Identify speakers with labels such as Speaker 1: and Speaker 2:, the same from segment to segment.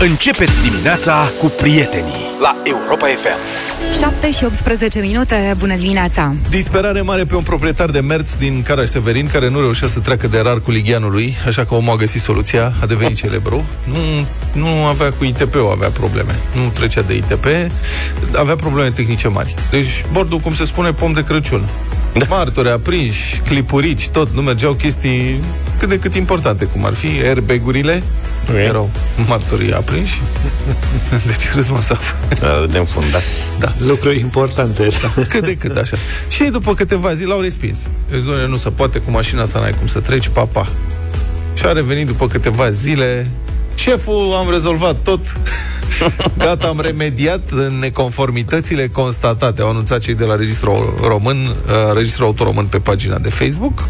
Speaker 1: Începeți dimineața cu prietenii la Europa FM.
Speaker 2: 7 și 18 minute, bună dimineața!
Speaker 3: Deci Disperare mare pe un proprietar de merți din Caraș Severin care nu reușea să treacă de rar cu ligheanului, așa că omul a găsit soluția, a devenit celebru. Nu, nu avea cu ITP-ul, avea probleme. Nu trecea de ITP, avea probleme tehnice mari. Deci bordul, cum se spune, pom de Crăciun. Da. Martori aprinși, clipurici, tot, nu mergeau chestii cât de cât importante, cum ar fi airbag-urile,
Speaker 4: Ok.
Speaker 3: erau martorii aprinși. Deci râs masaf.
Speaker 4: Râdem fundat.
Speaker 5: Lucruri importante.
Speaker 3: Cât de cât așa. Și ei după câteva zile l-au respins. Deci, doamne, nu se poate, cu mașina asta n-ai cum să treci, papa. Pa. Și a revenit după câteva zile. Șeful, am rezolvat tot. Gata, am remediat în neconformitățile constatate. Au anunțat cei de la Registrul Român, uh, Registrul Autoromân pe pagina de Facebook.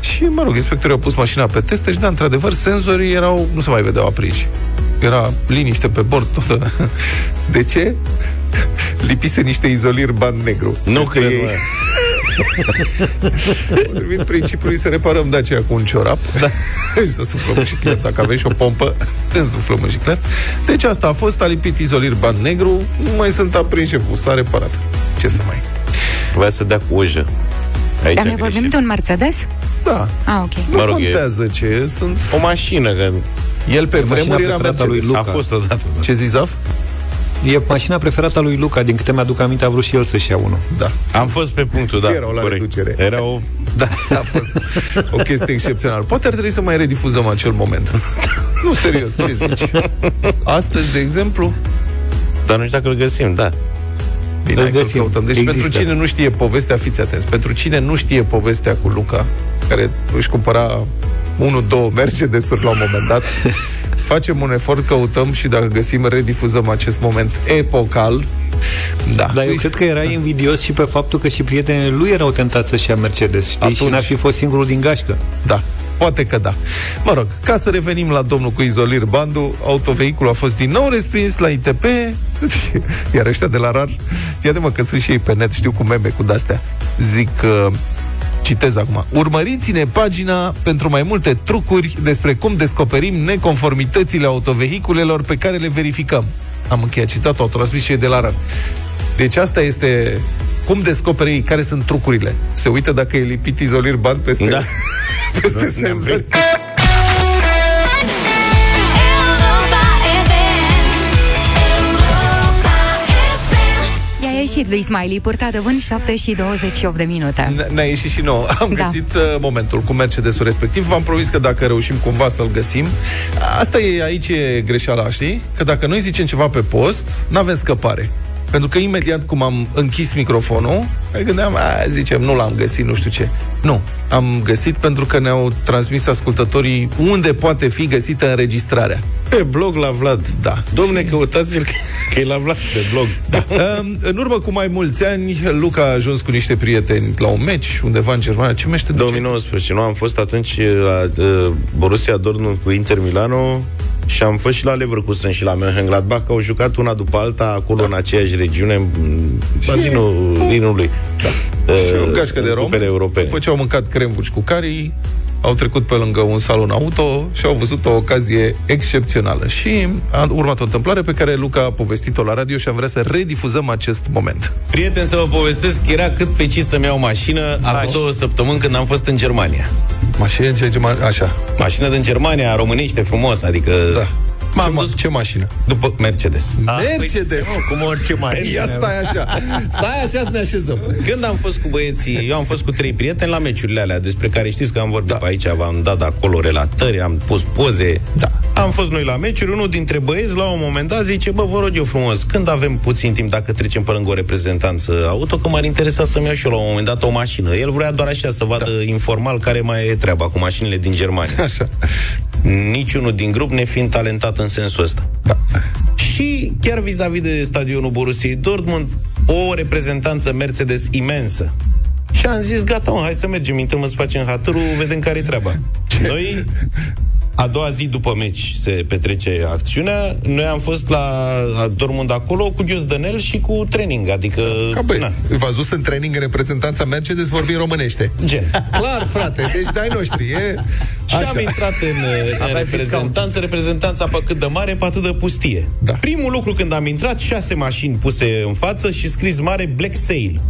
Speaker 3: Și, mă rog, inspectorii au pus mașina pe teste și, da, într-adevăr, senzorii erau, nu se mai vedeau aprinși. Era liniște pe bord toată. De ce? Lipise niște izoliri ban negru.
Speaker 4: Nu
Speaker 3: Peste
Speaker 4: cred,
Speaker 3: ei.
Speaker 4: mă.
Speaker 3: Potrivit principiului să reparăm Dacia cu un ciorap da. și să suflăm un șicler. Dacă aveți și o pompă, însuflăm un șicler. Deci asta a fost, a lipit izolir ban negru, nu mai sunt aprins șeful, s-a reparat. Ce să mai...
Speaker 4: Trebuia să dea cu ojă. Aici
Speaker 2: Dar ne
Speaker 4: a
Speaker 2: vorbim
Speaker 4: greșit.
Speaker 2: de un Mercedes?
Speaker 3: Da,
Speaker 2: Ah, ok.
Speaker 3: nu
Speaker 4: Mă rog, e-
Speaker 3: contează ce sunt.
Speaker 4: O mașină, că
Speaker 3: El pe
Speaker 5: mașina
Speaker 3: vremuri era
Speaker 5: preferată a lui
Speaker 3: Mercedes.
Speaker 5: Luca.
Speaker 4: a fost odată.
Speaker 3: Ce zi, Zaf?
Speaker 5: E mașina preferată a lui Luca, din câte mi-aduc aminte, a vrut și el să-și ia unul.
Speaker 3: Da,
Speaker 4: Am fost pe punctul, da.
Speaker 3: Erau la
Speaker 4: corect.
Speaker 3: reducere.
Speaker 4: Erau
Speaker 3: a fost o chestie excepțională. Poate ar trebui să mai redifuzăm acel moment. Nu, serios, ce zici? Astăzi, de exemplu,
Speaker 4: Dar nu știu dacă îl găsim, da.
Speaker 3: Bine,
Speaker 5: Îl
Speaker 3: hai că
Speaker 5: găsim.
Speaker 3: căutăm. Deci
Speaker 5: Există.
Speaker 3: pentru cine nu știe povestea, fiți atenți, pentru cine nu știe povestea cu Luca, care își cumpăra 1-2 Mercedes-uri la un moment dat, facem un efort, căutăm și dacă găsim, redifuzăm acest moment epocal. Da.
Speaker 5: Dar eu
Speaker 3: Deci,
Speaker 5: cred că era invidios și pe faptul că și prietenii lui erau tentați să-și ia Mercedes, știi? Atunci. Și
Speaker 3: Atunci.
Speaker 5: n-ar fi fost singurul din gașcă.
Speaker 3: Da, poate că da. Mă rog, ca să revenim la domnul cu izolir bandu, autovehiculul a fost din nou respins la ITP, iar ăștia de la RAR, iată mă că sunt și ei pe net, știu cu meme, cu de-astea. Zic că Citez acum. Urmăriți-ne pagina pentru mai multe trucuri despre cum descoperim neconformitățile autovehiculelor pe care le verificăm. Am încheiat citatul, au transmis și ei de la RAR. Deci asta este cum descoperi ei care sunt trucurile. Se uită dacă e lipit izolir band peste
Speaker 4: Da.
Speaker 3: peste senzori.
Speaker 2: I-a ieșit lui Smiley, purta de vânt 7 și 28 de minute.
Speaker 3: Ne- Ne-a ieșit și nouă. Am
Speaker 2: Da.
Speaker 3: găsit uh, momentul cu Mercedesul respectiv. V-am promis că dacă reușim cumva să-l găsim. Asta e, aici e greșeala, știi? Că dacă noi zicem ceva pe post, n-avem scăpare. Pentru că imediat cum am închis microfonul, mai gândeam, a, zicem, nu l-am găsit, nu știu ce. Nu, am găsit pentru că ne-au transmis ascultătorii unde poate fi găsită înregistrarea.
Speaker 4: Pe blog la Vlad.
Speaker 3: Da.
Speaker 4: Domne, căutați-l că- că e la Vlad pe blog. Da.
Speaker 3: Um, În urmă cu mai mulți ani, Luca a ajuns cu niște prieteni la un meci undeva în Germania. Ce meci te duceai?
Speaker 4: 2019. Nu, am fost atunci la uh, Borussia Dortmund cu Inter Milano și am fost și la Leverkusen și la Mönchengladbach, că au jucat una după alta acolo da. în aceeași regiune, în bazinul Rinului. Da. Uh,
Speaker 3: Și o gașcă de
Speaker 4: în
Speaker 3: rom,
Speaker 4: Cupele europene.
Speaker 3: după ce au mâncat crembuci cu carii, au trecut pe lângă un salon auto și au văzut o ocazie excepțională. Și a urmat o întâmplare pe care Luca a povestit-o la radio și am vrea să redifuzăm acest moment.
Speaker 4: Prieten, să vă povestesc, era cât pe ci să-mi iau mașină acum două săptămâni când am fost în Germania.
Speaker 3: Mașină, ce, ce, ma- așa.
Speaker 4: Mașină din Germania, românește, frumos, adică...
Speaker 3: Da.
Speaker 4: M-am
Speaker 3: ce, ma-
Speaker 4: dus
Speaker 3: ce mașină? Ah, păi-
Speaker 4: după Mercedes.
Speaker 3: Mercedes!
Speaker 5: Cum orice mai
Speaker 3: Ia stai așa. Stai așa să ne așezăm.
Speaker 4: Când am fost cu băieții, eu am fost cu trei prieteni la meciurile alea, despre care știți că am vorbit da. pe aici, v-am dat acolo relatări, am pus poze.
Speaker 3: Da.
Speaker 4: Am fost noi la meciuri, unul dintre băieți la un moment dat zice, bă, vă rog eu frumos, când avem puțin timp dacă trecem pe lângă o reprezentanță auto, că m-ar interesa să-mi iau și eu la un moment dat o mașină. El vrea doar așa să vadă da. informal care mai e treaba cu mașinile din Germania.
Speaker 3: Așa.
Speaker 4: Niciunul din grup ne fiind talentat în sensul ăsta.
Speaker 3: Da.
Speaker 4: Și chiar vis-a-vis de stadionul Borussiei Dortmund, o reprezentanță Mercedes imensă. Și am zis, gata, mă, hai să mergem, intrăm în spațiu în hatărul, vedem care-i treaba. Noi A doua zi după meci se petrece acțiunea. Noi am fost la la Dortmund acolo cu Ghiuzdănel și cu training, adică...
Speaker 3: Ca băieți. V-ați dus în training reprezentanța Mercedes vorbind românește.
Speaker 4: Gen.
Speaker 3: Clar, frate, deci dai noștri. E...
Speaker 4: Și am intrat în, în
Speaker 5: Aveai
Speaker 4: reprezentanță, reprezentanța pe cât de mare, pe atât de pustie.
Speaker 3: Da.
Speaker 4: Primul lucru când am intrat, șase mașini puse în față și scris mare Black Sale.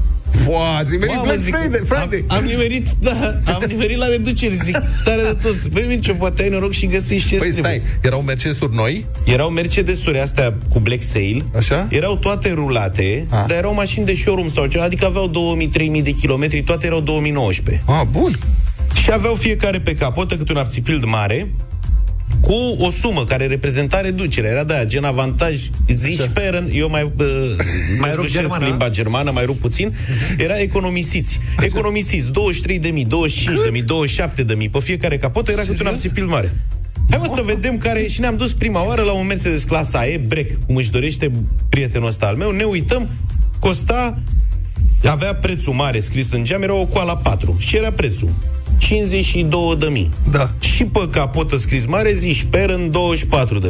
Speaker 3: Foa, zi meni
Speaker 4: Mamă,
Speaker 3: Black Friday, Friday.
Speaker 4: Am, am nimerit, da, am nimerit la reduceri, zic, tare de tot. Băi, Mirce, poate ai noroc și găsești ce
Speaker 3: Păi
Speaker 4: trebuie.
Speaker 3: stai, erau Mercedes-uri noi?
Speaker 4: Erau Mercedes-uri astea cu Black Sale.
Speaker 3: Așa?
Speaker 4: Erau toate rulate,
Speaker 3: A.
Speaker 4: dar erau mașini de showroom sau ceva, adică aveau 2000-3000 de kilometri, toate erau 2019.
Speaker 3: Ah, bun.
Speaker 4: Și aveau fiecare pe capotă câte un abțipild mare cu o sumă care reprezenta reducerea. Era de aia, gen avantaj, zici peren, eu mai, uh, mai
Speaker 5: rup
Speaker 4: rup
Speaker 5: germana.
Speaker 4: limba germană, mai rup puțin. Era economisiți. Economisiți 23.000, 25.000, 27.000. Pe fiecare capotă era câte un abțipild mare. Hai mă să vedem care și ne-am dus prima oară la un Mercedes clasa E, break, cum își dorește prietenul ăsta al meu. Ne uităm, costa avea prețul mare scris în geam, era o coala 4 și era prețul. 52.000.
Speaker 3: Da.
Speaker 4: Și pe capotă scris mare zi sper în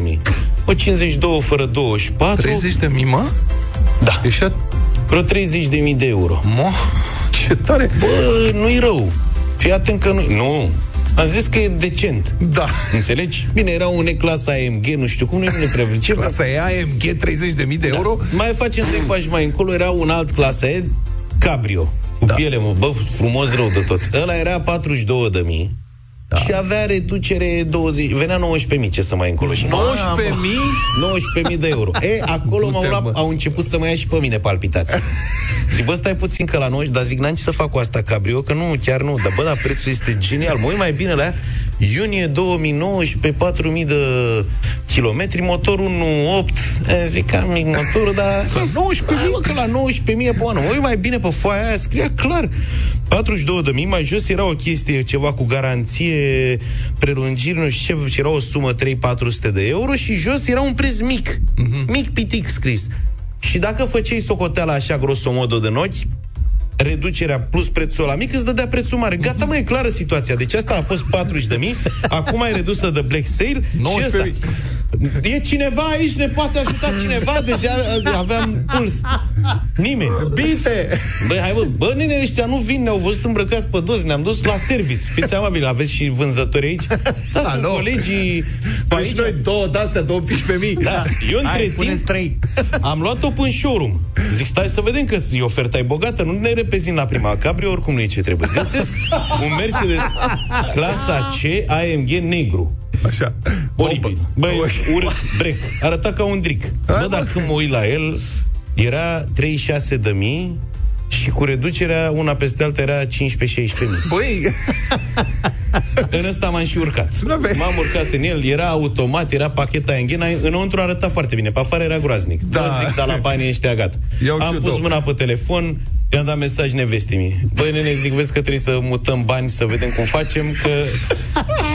Speaker 4: 24.000. O 52 fără 24,
Speaker 3: 30 de mima?
Speaker 4: Da.
Speaker 3: Ieșea...
Speaker 4: vreo 30.000 de euro.
Speaker 3: Mo, ce tare.
Speaker 4: Bă, nu-i rău. Fii atent că nu... Nu. Am zis că e decent.
Speaker 3: Da.
Speaker 4: Înțelegi? Bine, era un E clasa AMG, nu știu cum, nu ne prea pricepem.
Speaker 3: Clasa e AMG 30.000 de euro?
Speaker 4: Mai facem trei pași mai încolo, era un alt clasă E, Cabrio. Cu da. piele, mă, bă, frumos rău de tot. Ăla era 42 de mii. Da. Și avea reducere 20... Venea 19.000, ce să mai încolo și
Speaker 3: 19.000?
Speaker 4: 19.000 de euro. E, acolo m-au,
Speaker 3: Du-te,
Speaker 4: luat,
Speaker 3: mă.
Speaker 4: au început să mă ia și pe mine palpitații. Zic, bă, stai puțin că la 90, dar zic, n-am ce să fac cu asta cabrio, că nu, chiar nu. Dar bă, dar prețul este genial. Mă uit mai bine la ea. Iunie 2019, 4000 de kilometri, motor 1.8. E, Zic, am mic motorul, dar... 19 mii, mă, că la 19 mii e bună. Mă uit mai bine pe foaia aia, scria clar. 42 de mii, mai jos era o chestie, ceva cu garanție, prelungiri, nu știu ce, era o sumă 3-400 de euro și jos era un preț mic, mic pitic scris. Și dacă făceai socoteala așa grosomodo de ochi, reducerea plus prețul la mic îți dădea prețul mare. Gata, mai e clară situația. Deci asta a fost 40 de mii, acum e redusă de Black Sale și
Speaker 3: 19.000.
Speaker 4: ăsta. E cineva aici, ne poate ajuta cineva, deja uh, aveam puls. Nimeni.
Speaker 3: Bite!
Speaker 4: Băi, hai bă, bă, nene, ăștia nu vin, ne-au văzut îmbrăcați pe dos, ne-am dus la service. Fiți amabili, aveți și vânzători aici? Da, sunt
Speaker 3: Alo.
Speaker 4: colegii pe
Speaker 3: Păi și
Speaker 4: aici.
Speaker 3: noi două de-astea de 18.000.
Speaker 4: Da, eu între
Speaker 5: Hai,
Speaker 4: timp...
Speaker 5: puneți trei.
Speaker 4: Am luat-o până în showroom. Zic, stai să vedem că e oferta e bogată, nu ne repezim la prima. Cabrio oricum nu e ce trebuie. Găsesc un Mercedes clasa C AMG negru.
Speaker 3: Așa.
Speaker 4: Oribil.
Speaker 3: Opa.
Speaker 4: Băi, urât, brec. Arăta ca un dric. Bă, dar când mă uit la el, era 36 de mii și cu reducerea una peste alta era 15-16 mii.
Speaker 3: Băi,
Speaker 4: În ăsta m-am și urcat.
Speaker 3: Nu vezi.
Speaker 4: M-am urcat în el, era automat, era pacheta enghena, înăuntru arăta foarte bine, pe afară era groaznic. Da.
Speaker 3: Da.
Speaker 4: Bă, zic, dar la banii ăștia gata.
Speaker 3: Iau și
Speaker 4: Am
Speaker 3: eu
Speaker 4: pus
Speaker 3: două.
Speaker 4: mâna pe telefon, i-am dat mesaj nevestii mie. Băi, nene, zic, vezi că trebuie să mutăm bani, să vedem cum facem, că...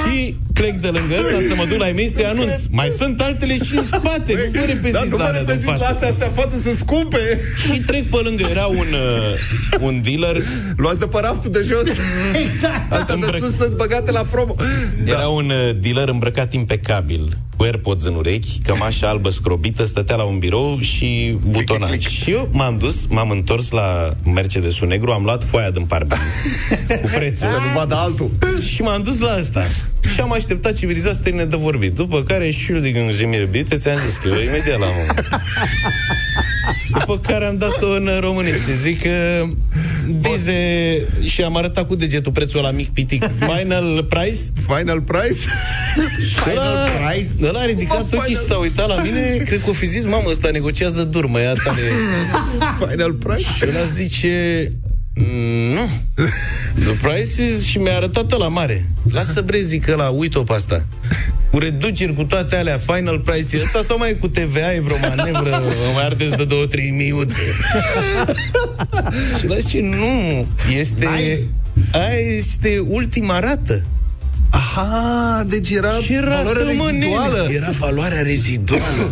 Speaker 4: și plec de lângă ăsta să mă duc la emei să anunț. Mai sunt altele și în spate, nu vă
Speaker 3: da,
Speaker 4: repeziți
Speaker 3: nu
Speaker 4: la,
Speaker 3: mă
Speaker 4: alea de în
Speaker 3: repezi la
Speaker 4: față.
Speaker 3: astea, astea în față să scumpe.
Speaker 4: Și trec pe lângă, era un, uh, un dealer
Speaker 3: Luați de pe raftul de jos. Exact. Astea de
Speaker 4: Îmbrăc-
Speaker 3: sus sunt băgate la promo. Da.
Speaker 4: Era un uh, dealer îmbrăcat impecabil, cu AirPods în urechi, cămașă albă scrobită, stătea la un birou și butona.
Speaker 3: clic, clic.
Speaker 4: Și eu m-am dus, m-am întors la Mercedesul negru, am luat foaia din parbriz cu prețul.
Speaker 3: Să nu vadă altul.
Speaker 4: și m-am dus la asta. Și am așteptat civilizat să termine de vorbit. După care și eu zic în Jimir Bite, ți-am zis că eu imediat la moment. După care am dat-o în românește. Zic că Dize și am arătat cu degetul prețul la mic pitic. Final price?
Speaker 3: Final price?
Speaker 4: Ăla,
Speaker 5: prize?
Speaker 4: ăla a ridicat
Speaker 3: Mă,
Speaker 4: ochii și
Speaker 3: final-
Speaker 4: s-a uitat la mine, cred că o fi zis, mamă, ăsta negociază dur, mă, ia tare.
Speaker 3: Final price?
Speaker 4: Și ăla zice, "Mm, nu, the price is... și mi-a arătat la mare. Lasă brezi că la uit-o pe asta. Cu reduceri, cu toate alea, final price ăsta sau mai e cu TVA, e vreo manevră, mă mai ardeți de două, trei miuțe. și ăla zice, nu, este... Aia este ultima rată.
Speaker 3: Aha, deci era
Speaker 4: Și era
Speaker 3: valoare reziduală.
Speaker 4: Era valoarea reziduală.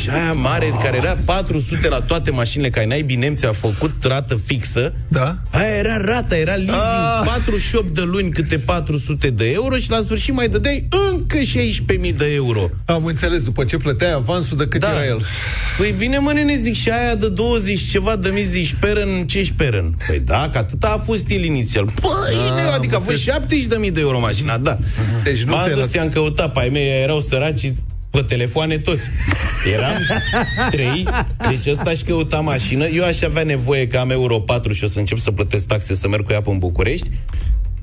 Speaker 4: și aia mare, care era 400 la toate mașinile care n-ai nemții a făcut rată fixă.
Speaker 3: Da.
Speaker 4: Aia era rata, era leasing.
Speaker 3: Ah.
Speaker 4: 48 de luni câte 400 de euro și la sfârșit mai dădeai încă 16.000 de euro.
Speaker 3: Am înțeles, după ce plăteai avansul, de cât era el?
Speaker 4: Da. Păi bine, mă, nene, zic, și aia de 20 ceva de mii zici, peren, ce ești peren? Păi da, că atâta a fost el inițial. Păi,
Speaker 3: Ah,
Speaker 4: a,
Speaker 3: am
Speaker 4: adică a fost 70 de mii de euro mașina, da.
Speaker 3: Deci nu ți-ai
Speaker 4: M-am dus,
Speaker 3: lăsat.
Speaker 4: i-am căutat, pe ai mei erau săraci pe telefoane toți. Eram trei, deci ăsta își căuta mașină. Eu aș avea nevoie că am Euro 4 și o să încep să plătesc taxe să merg cu ea până în București.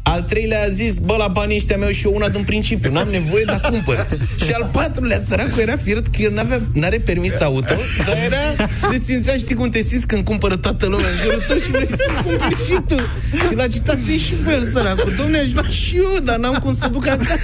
Speaker 4: Al treilea a zis, bă, la banii ăștia mei și eu una din principiu, n-am nevoie, dar cumpăr. și al patrulea, săracul, era fiert că el n-avea, n-are permis auto, dar era, se simțea, știi cum te simți când cumpără toată lumea în jurul tău și vrei să cumperi și tu. Și l-a citat și pe el, săracul, domne, aș lua și eu, dar n-am cum să duc acasă.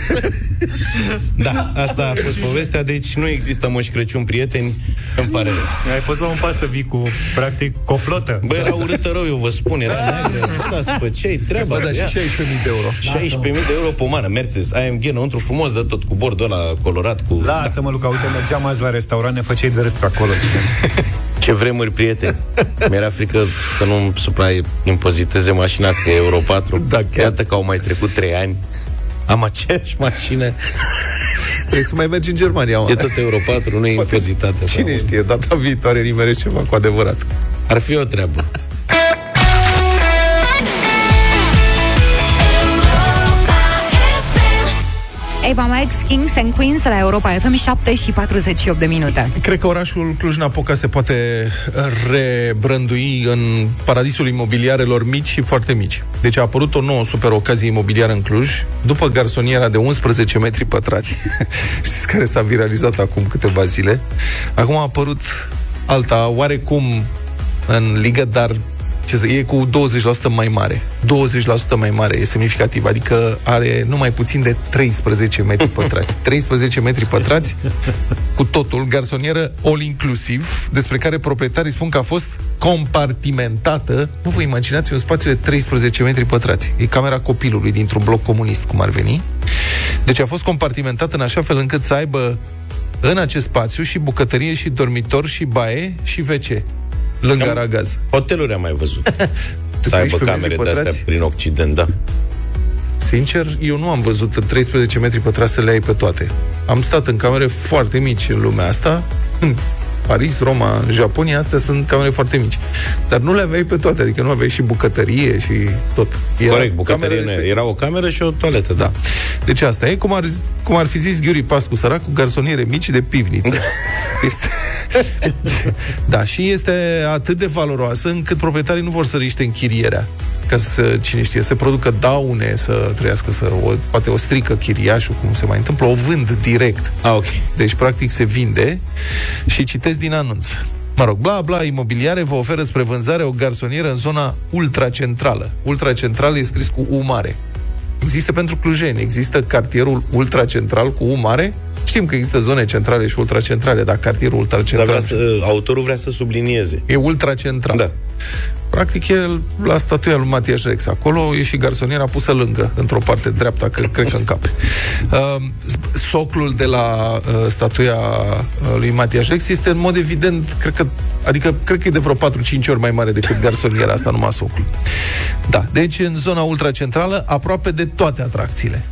Speaker 4: da, asta a fost povestea, deci nu există moș Crăciun, prieteni, îmi pare rău.
Speaker 5: Ai fost la un pas să vii cu, practic, cu o flotă.
Speaker 4: Bă, era urâtă rău, eu vă spun, era neagră, stați, bă, ce-i treaba?
Speaker 3: Bă, da,
Speaker 4: Ia.
Speaker 3: și 16.000 de euro.
Speaker 4: 16.000 de euro pe umană, Mercedes AMG înăuntru frumos de tot, cu bordul ăla colorat, cu...
Speaker 3: Da.
Speaker 5: Lasă-mă, Luca, uite, mergeam azi la restaurant, ne făceai de râs pe acolo.
Speaker 4: Ce vremuri, prieteni! Mi-era frică să nu supraimpoziteze mașina că e Euro 4.
Speaker 3: Da, chiar.
Speaker 4: Iată că au mai trecut 3 ani. Am aceeași mașină.
Speaker 3: Trebuie să mai mergi în Germania, mă.
Speaker 4: E tot Euro 4, nu e
Speaker 3: Poate-
Speaker 4: impozitată.
Speaker 3: Cine știe, data viitoare nimerești ceva cu adevărat.
Speaker 4: Ar fi o treabă.
Speaker 2: Eva Max, Kings and Queens la Europa FM 7 și 48 de minute.
Speaker 3: Cred că orașul Cluj-Napoca se poate rebrandui în paradisul imobiliarelor mici și foarte mici. Deci a apărut o nouă super ocazie imobiliară în Cluj, după garsoniera de 11 metri pătrați. Știți care s-a viralizat acum câteva zile? Acum a apărut alta, oarecum în ligă, dar ce să, e cu 20% mai mare. 20% mai mare e semnificativ, adică are numai puțin de 13 metri pătrați. 13 metri pătrați cu totul, garsonieră all inclusiv, despre care proprietarii spun că a fost compartimentată. Nu vă imaginați un spațiu de 13 metri pătrați. E camera copilului dintr-un bloc comunist, cum ar veni. Deci a fost compartimentată în așa fel încât să aibă în acest spațiu și bucătărie și dormitor și baie și WC lângă
Speaker 4: Cam-
Speaker 3: aragaz.
Speaker 4: Hoteluri am mai văzut. Să
Speaker 3: 13
Speaker 4: aibă
Speaker 3: metri
Speaker 4: camere de astea
Speaker 3: pătrați?
Speaker 4: prin Occident, da.
Speaker 3: Sincer, eu nu am văzut în 13 metri pătrați să le ai pe toate. Am stat în camere foarte mici în lumea asta, în Paris, Roma, Japonia, astea sunt camere foarte mici. Dar nu le aveai pe toate, adică nu aveai și bucătărie și tot. Era
Speaker 4: Corect, bucătărie.
Speaker 3: camera
Speaker 4: nu e.
Speaker 3: respectivă.
Speaker 4: Era o cameră și o toaletă, da.
Speaker 3: Deci asta e cum ar, cum ar fi zis Ghiuri Pascu sărac, cu garsoniere mici de pivniță. este... da, și este atât de valoroasă încât proprietarii nu vor să riște închirierea. Ca să, cine știe, să producă daune, să trăiască, să o, poate o strică chiriașul, cum se mai întâmplă, o vând direct.
Speaker 4: A, Ah, ok.
Speaker 3: Deci, practic, se vinde și citesc din anunț. Mă rog, bla, bla, imobiliare vă oferă spre vânzare o garsonieră în zona ultracentrală. Ultracentrală e scris cu U mare. Există pentru clujeni, există cartierul ultracentral cu U mare. Știm că există zone centrale și ultracentrale, dar cartierul
Speaker 4: Dar
Speaker 3: ultracentral
Speaker 4: vrea să, autorul vrea să sublinieze.
Speaker 3: e ultracentral.
Speaker 4: Da.
Speaker 3: Practic e la statuia lui Matias Rex. Acolo e și garsoniera pusă lângă, într-o parte dreapta, că cred că în cap. Uh, Soclul de la uh, statuia uh, lui Matias Rex este în mod evident, cred că, adică cred că e de vreo 4-5 ori mai mare decât garsoniera asta, numai socul. Da, deci în zona ultracentrală, aproape de toate atracțiile.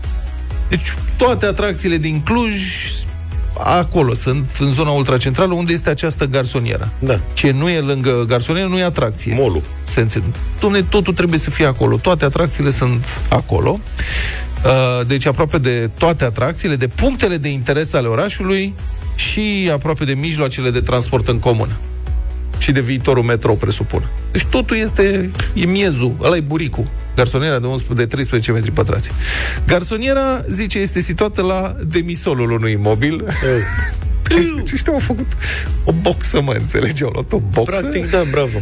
Speaker 3: Deci toate atracțiile din Cluj acolo sunt, în zona ultracentrală, unde este această garsonieră.
Speaker 4: Da.
Speaker 3: Ce nu e lângă garsonieră nu e atracție.
Speaker 4: Molul.
Speaker 3: Se înțelege. Dom'le, totul trebuie să fie acolo. Toate atracțiile sunt acolo. Uh, Deci aproape de toate atracțiile, de punctele de interes ale orașului și aproape de mijloacele de transport în comun. Și de viitorul metro, presupun. Deci totul este, e miezul, ăla e buricul. Garsoniera de, 11, de 13 metri pătrați. Garsoniera, zice, este situată la demisolul unui imobil. Ce ăștia au făcut o boxă, mă înțelegi? Au luat o boxă.
Speaker 4: Practic, da, bravo.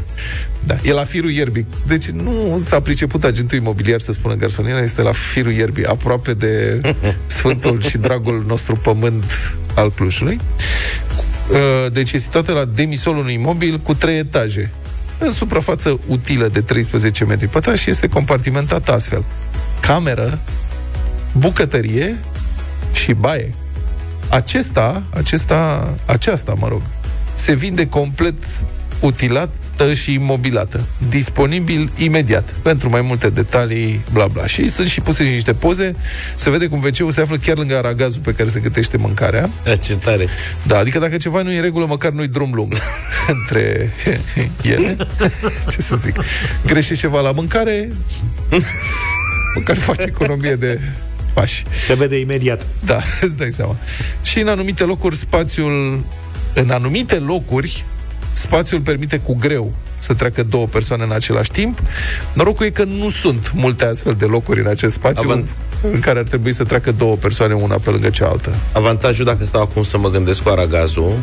Speaker 3: Da, e la firul ierbii. Deci nu s-a priceput agentul imobiliar să spună garsoniera, este la firul ierbii, aproape de sfântul și dragul nostru pământ al Clujului. Uh, Deci e situată la demisolul unui imobil cu trei etaje. În suprafață utilă de 13 metri pătrați și este compartimentată astfel. Cameră bucătărie și baie. Acesta, acesta, aceasta, mă rog, se vinde complet utilată și imobilată. Disponibil imediat. Pentru mai multe detalii, bla bla. Și sunt și puse și niște poze. Se vede cum wc se află chiar lângă aragazul pe care se gătește mâncarea.
Speaker 4: Da, Ce tare.
Speaker 3: Da, adică dacă ceva nu e în regulă, măcar nu-i drum lung între ele. Ce să zic? Greșește ceva la mâncare, măcar faci economie de pași.
Speaker 5: Se vede imediat.
Speaker 3: Da, îți dai seama. Și în anumite locuri, spațiul... În anumite locuri, spațiul permite cu greu să treacă două persoane în același timp. Norocul e că nu sunt multe astfel de locuri în acest spațiu
Speaker 4: Având-
Speaker 3: în care ar trebui să treacă două persoane una pe lângă cealaltă.
Speaker 4: Avantajul, dacă stau acum să mă gândesc cu aragazul,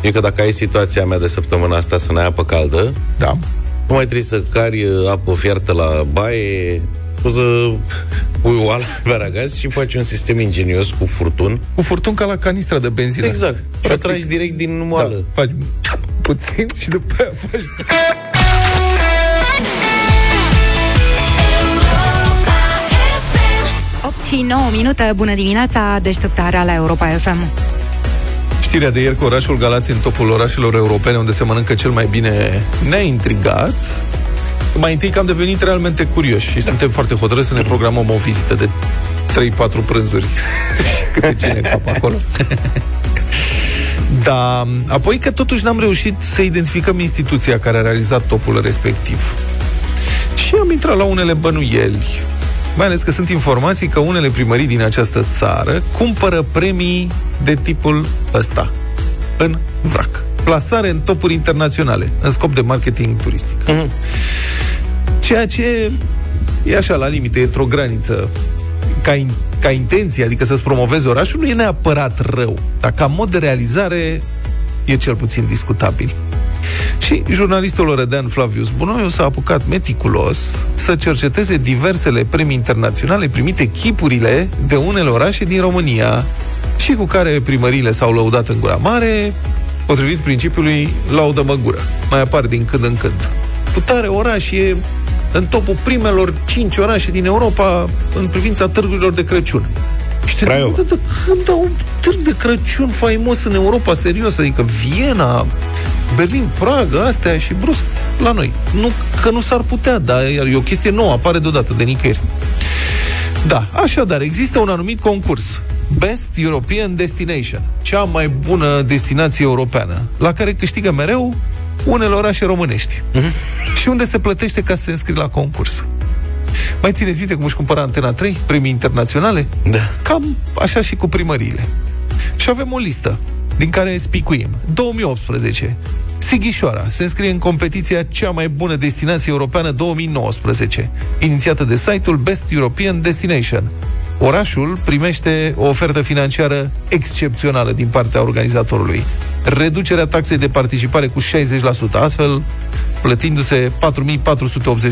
Speaker 4: e că dacă ai situația mea de săptămâna asta să n-ai apă caldă,
Speaker 3: Da?
Speaker 4: nu mai trebuie să cari uh, apă fiartă la baie, poți să pui o ală pe aragaz și faci un sistem ingenios cu furtun.
Speaker 3: Cu furtun ca la canistra de benzină.
Speaker 4: Exact. Și o tragi direct din moală.
Speaker 3: Da, faci puțin și după aia faci...
Speaker 6: FM,
Speaker 2: 8 și 9 minute, bună dimineața, deșteptarea la Europa FM.
Speaker 3: Știrea de ieri cu orașul Galați în topul orașelor europene unde se mănâncă cel mai bine ne-a intrigat. Mai întâi că am devenit realmente curioși și suntem foarte hotărâți să ne programăm o vizită de 3-4 prânzuri. Câte cine cap acolo. Da, apoi că totuși n-am reușit să identificăm instituția care a realizat topul respectiv. Și am intrat la unele bănuieli, mai ales că sunt informații că unele primării din această țară cumpără premii de tipul ăsta, în vrac. Plasare în topuri internaționale, în scop de marketing turistic. Ceea ce e așa, la limite, e într-o graniță. Ca, in, ca intenție, adică să-ți promovezi orașul, nu e neapărat rău. Dar ca mod de realizare, e cel puțin discutabil. Și jurnalistul orădean Flavius Bunoiu s-a apucat meticulos să cerceteze diversele premii internaționale primite chipurile de unele orașe din România și cu care primările s-au lăudat în gura mare, potrivit principiului laudă-mă gură. Mai apar din când în când. Putare oraș e în topul primelor cinci orașe din Europa în privința târgurilor de Crăciun. Și te
Speaker 4: Craiova.
Speaker 3: gândești, de când dau un târg de Crăciun faimos în Europa, serios, adică Viena, Berlin, Praga, astea și brusc la noi. Nu, că nu s-ar putea, dar e o chestie nouă, apare deodată, de nicăieri. Da, așadar, există un anumit concurs. Best European Destination, cea mai bună destinație europeană, la care câștigă mereu unele orașe românești. Și unde se plătește ca să se înscrii la concurs. Mai țineți minte cum își cumpăra Antena 3, premii internaționale?
Speaker 4: Da.
Speaker 3: Cam așa și cu primăriile. Și avem o listă din care spicuim. 2018. Sighișoara se înscrie în competiția cea mai bună destinație europeană 2019, inițiată de site-ul Best European Destination. Orașul primește o ofertă financiară excepțională din partea organizatorului. Reducerea taxei de participare cu 60%, astfel plătindu-se 4.480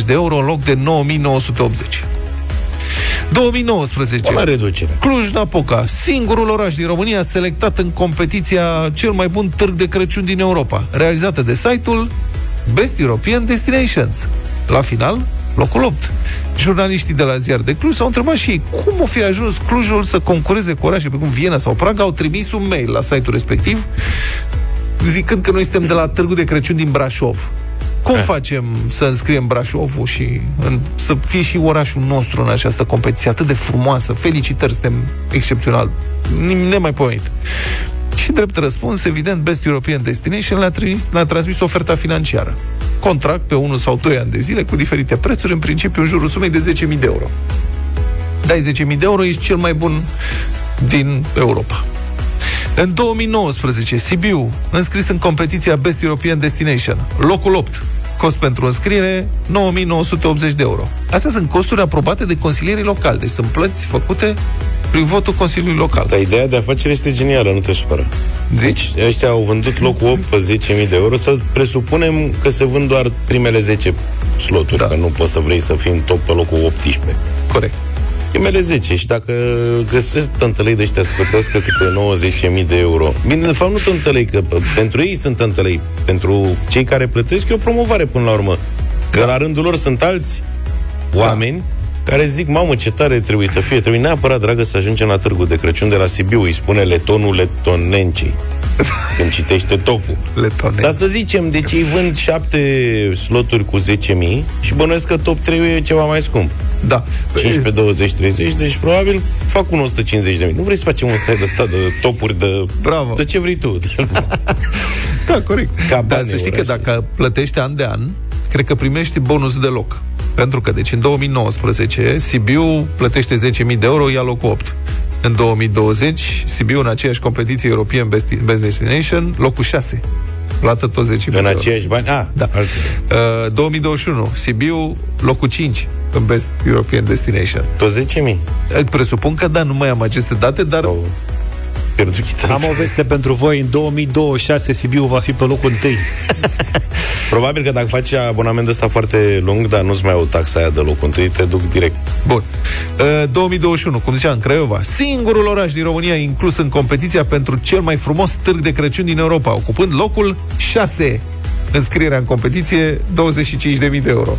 Speaker 3: de euro în loc de 9.980. 2019.
Speaker 4: La reducere.
Speaker 3: Cluj-Napoca, singurul oraș din România selectat în competiția cel mai bun târg de Crăciun din Europa, realizată de site-ul Best European Destinations. La final, locul 8. Jurnaliștii de la Ziar de Cluj s-au întrebat și ei cum o fi ajuns Clujul să concureze cu orașe precum Viena sau Praga, au trimis un mail la site-ul respectiv zicând că noi suntem de la Târgul de Crăciun din Brașov. Cum facem să înscriem Brașovul și în, să fie și orașul nostru în această competiție atât de frumoasă? Felicitări, suntem excepțional, nim- nemaipomenit. Și drept răspuns, evident, Best European Destination le-a, trimis, le-a transmis oferta financiară. Contract pe 1 sau 2 ani de zile cu diferite prețuri, în principiu în jurul sumei de 10.000 de euro. Dai 10.000 de euro, ești cel mai bun din Europa. În 2019, Sibiu, înscris în competiția Best European Destination, locul 8, cost pentru înscriere 9980 de euro. Astea sunt costuri aprobate de consilierii locali, deci sunt plăți făcute prin votul Consiliului Local.
Speaker 4: Dar ideea de afacere este genială, nu te supăra.
Speaker 3: Zici?
Speaker 4: Deci, ăștia au vândut locul 8 pe 10.000 de euro, să presupunem că se vând doar primele 10 sloturi,
Speaker 3: Da.
Speaker 4: da. că nu poți să vrei să fii în top pe locul 18.
Speaker 3: Corect.
Speaker 4: Primele 10 și dacă găsesc tântălei de ăștia să plătească câte 90.000 de euro. Bine, de fapt nu tântălei, că p- pentru ei sunt tântălei. Pentru cei care plătesc e o promovare până la urmă. Că la rândul lor sunt alți oameni care zic, mamă, ce tare trebuie să fie, trebuie neapărat, dragă, să ajungem la târgul de Crăciun de la Sibiu, îi spune letonul letonencii, când citește topul.
Speaker 3: Letone.
Speaker 4: Dar să zicem, deci ei vând șapte sloturi cu 10.000 și bănuiesc că top 3 e ceva mai scump.
Speaker 3: Da.
Speaker 4: 15, 20, 30, deci probabil fac un 150 de mii. Nu vrei să facem un site ăsta de topuri de...
Speaker 3: Bravo.
Speaker 4: De ce vrei tu?
Speaker 3: Da, corect.
Speaker 4: Ca
Speaker 3: Dar
Speaker 4: bani,
Speaker 3: să știi că
Speaker 4: orașe.
Speaker 3: dacă plătești an de an, cred că primești bonus de loc. Pentru că, deci, în 2019, Sibiu plătește 10.000 de euro, ia locul 8. În 2020, Sibiu, în aceeași competiție European Best, Best Destination, locul 6. Plată tot 10.000 de
Speaker 4: în
Speaker 3: euro.
Speaker 4: aceiași bani? Ah,
Speaker 3: Da.
Speaker 4: altfel.
Speaker 3: Uh, 2021, Sibiu, locul 5 în Best European Destination.
Speaker 4: Tot 10.000.
Speaker 3: Uh, Presupun că, da, nu mai am aceste date, dar...
Speaker 4: Sau pierdut chitanța.
Speaker 5: Am o veste pentru voi, în 2026 Sibiu va fi pe locul întâi.
Speaker 4: Probabil că dacă faci abonamentul ăsta foarte lung, dar nu-ți mai au taxa aia de locul întâi, te duc direct.
Speaker 3: Bun. Uh, 2021, cum ziceam, Craiova, singurul oraș din România inclus în competiția pentru cel mai frumos târg de Crăciun din Europa, ocupând locul 6. Înscrierea în competiție, 25.000 de euro.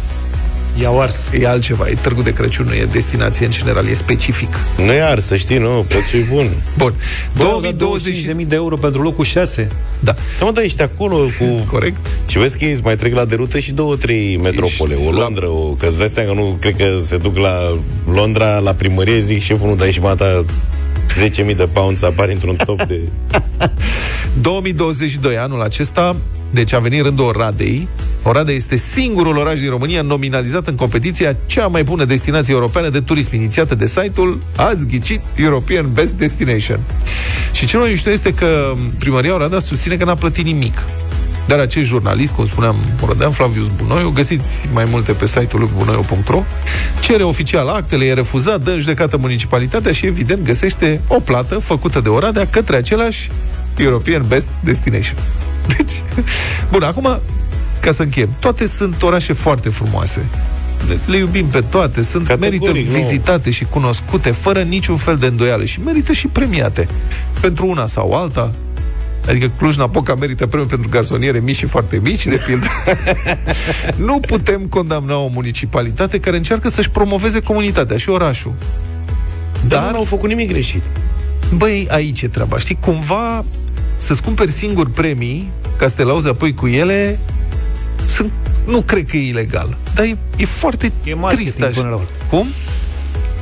Speaker 5: I-au ars.
Speaker 3: E altceva, e târgul de Crăciun, nu e destinație în general, e specific.
Speaker 4: Nu iar, să știi, nu, prețul e bun.
Speaker 3: Bun.
Speaker 5: Au dat
Speaker 3: 2020...
Speaker 5: 25.000 de euro pentru locul 6.
Speaker 3: Da,
Speaker 4: Da, mă, da, ești acolo cu...
Speaker 3: corect.
Speaker 4: Și vezi că ei îți mai trec la derută și două, trei metropole. O
Speaker 3: la-
Speaker 4: Londra, o... că îți dai seama că nu cred că se duc la Londra, la primărie, zic șeful, nu dai și mata 10.000 de pounds apar într-un top de...
Speaker 3: 2022, anul acesta, deci a venit rândul Oradei. Oradea este singurul oraș din România nominalizat în competiția cea mai bună destinație europeană de turism inițiată de site-ul Ați ghicit European Best Destination. Și cel mai mișto este că primăria Oradea susține că n-a plătit nimic. Dar acest jurnalist, cum spuneam, Orădean Flavius Bunoiu, găsiți mai multe pe site-ul lui bunoiu.ro, cere oficial actele, e refuzat, dă în judecată municipalitatea și, evident, găsește o plată făcută de Oradea către același European Best Destination. Deci, bun, acum, ca să încheiem, toate sunt orașe foarte frumoase. Le- Le iubim pe toate, sunt
Speaker 4: Categoric,
Speaker 3: merită
Speaker 4: nu.
Speaker 3: vizitate și cunoscute fără niciun fel de îndoială și merită și premiate. Pentru una sau alta, Adică Cluj-Napoca merită premiul pentru garsoniere mici și foarte mici, de pildă. nu putem condamna o municipalitate care încearcă să-și promoveze comunitatea și orașul.
Speaker 5: Da.
Speaker 4: Dar nu au făcut nimic greșit.
Speaker 3: Băi, aici e treaba, știi? Cumva să-ți cumperi singur premii ca să te lauzi apoi cu ele sunt, nu cred că e ilegal. Dar e, e foarte
Speaker 5: E marketing
Speaker 3: trist așa.
Speaker 5: până la urmă.
Speaker 3: Cum?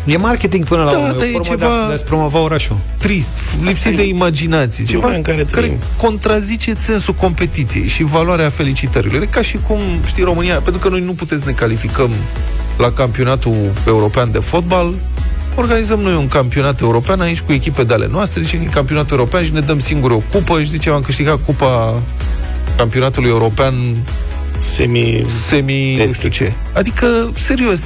Speaker 5: E marketing până la
Speaker 3: Da,
Speaker 5: urmă,
Speaker 3: dar e
Speaker 5: o formă de,
Speaker 3: ceva-
Speaker 5: a, de a-ți promova orașul.
Speaker 3: Trist, lipsit
Speaker 4: e
Speaker 3: de imaginație, ceva
Speaker 4: lumea în care trăim.
Speaker 3: contrazice sensul competiției și valoarea felicitărilor. E ca și cum, știi, România, pentru că noi nu putem să ne calificăm la campionatul european de fotbal, organizăm noi un campionat european aici cu echipe de ale noastre, și campionatul european și ne dăm singur o cupă și zicem am câștigat cupa campionatului european
Speaker 4: Semi...
Speaker 3: semi nu
Speaker 4: Estic.
Speaker 3: știu ce. Adică, serios,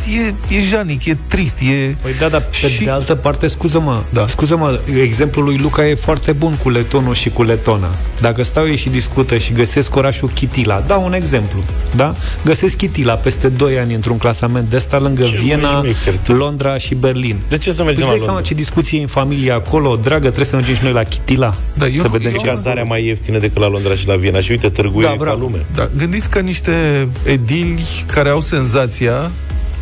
Speaker 3: e, e janic, e trist, e...
Speaker 5: Păi da, dar pe
Speaker 3: Și-
Speaker 5: și... de altă parte, scuză-mă,
Speaker 3: Da.
Speaker 5: da. scuză-mă, exemplul lui Luca e foarte bun cu letonul și cu letona. Dacă stau ei și discută și găsesc orașul Chitila, da, un exemplu, da? Găsesc Chitila peste 2 ani într-un clasament de ăsta lângă
Speaker 4: Ce
Speaker 5: Viena,
Speaker 4: mai șmecher, da.
Speaker 5: Londra și Berlin.
Speaker 4: De ce să
Speaker 5: Îți
Speaker 4: mergem la
Speaker 5: dai seama
Speaker 4: Londra?
Speaker 5: ce discuție e în familie acolo? Dragă, trebuie să mergem și noi la Chitila
Speaker 3: Da, eu
Speaker 5: să
Speaker 3: nu-
Speaker 5: vedem
Speaker 3: eu
Speaker 5: ce
Speaker 4: E cazarea mai ieftină decât la Londra și la Viena. Și uite, târguie
Speaker 5: Da,
Speaker 4: da, ca
Speaker 5: bravo.
Speaker 4: lume.
Speaker 3: Da, gândiți că niște edili care au senzația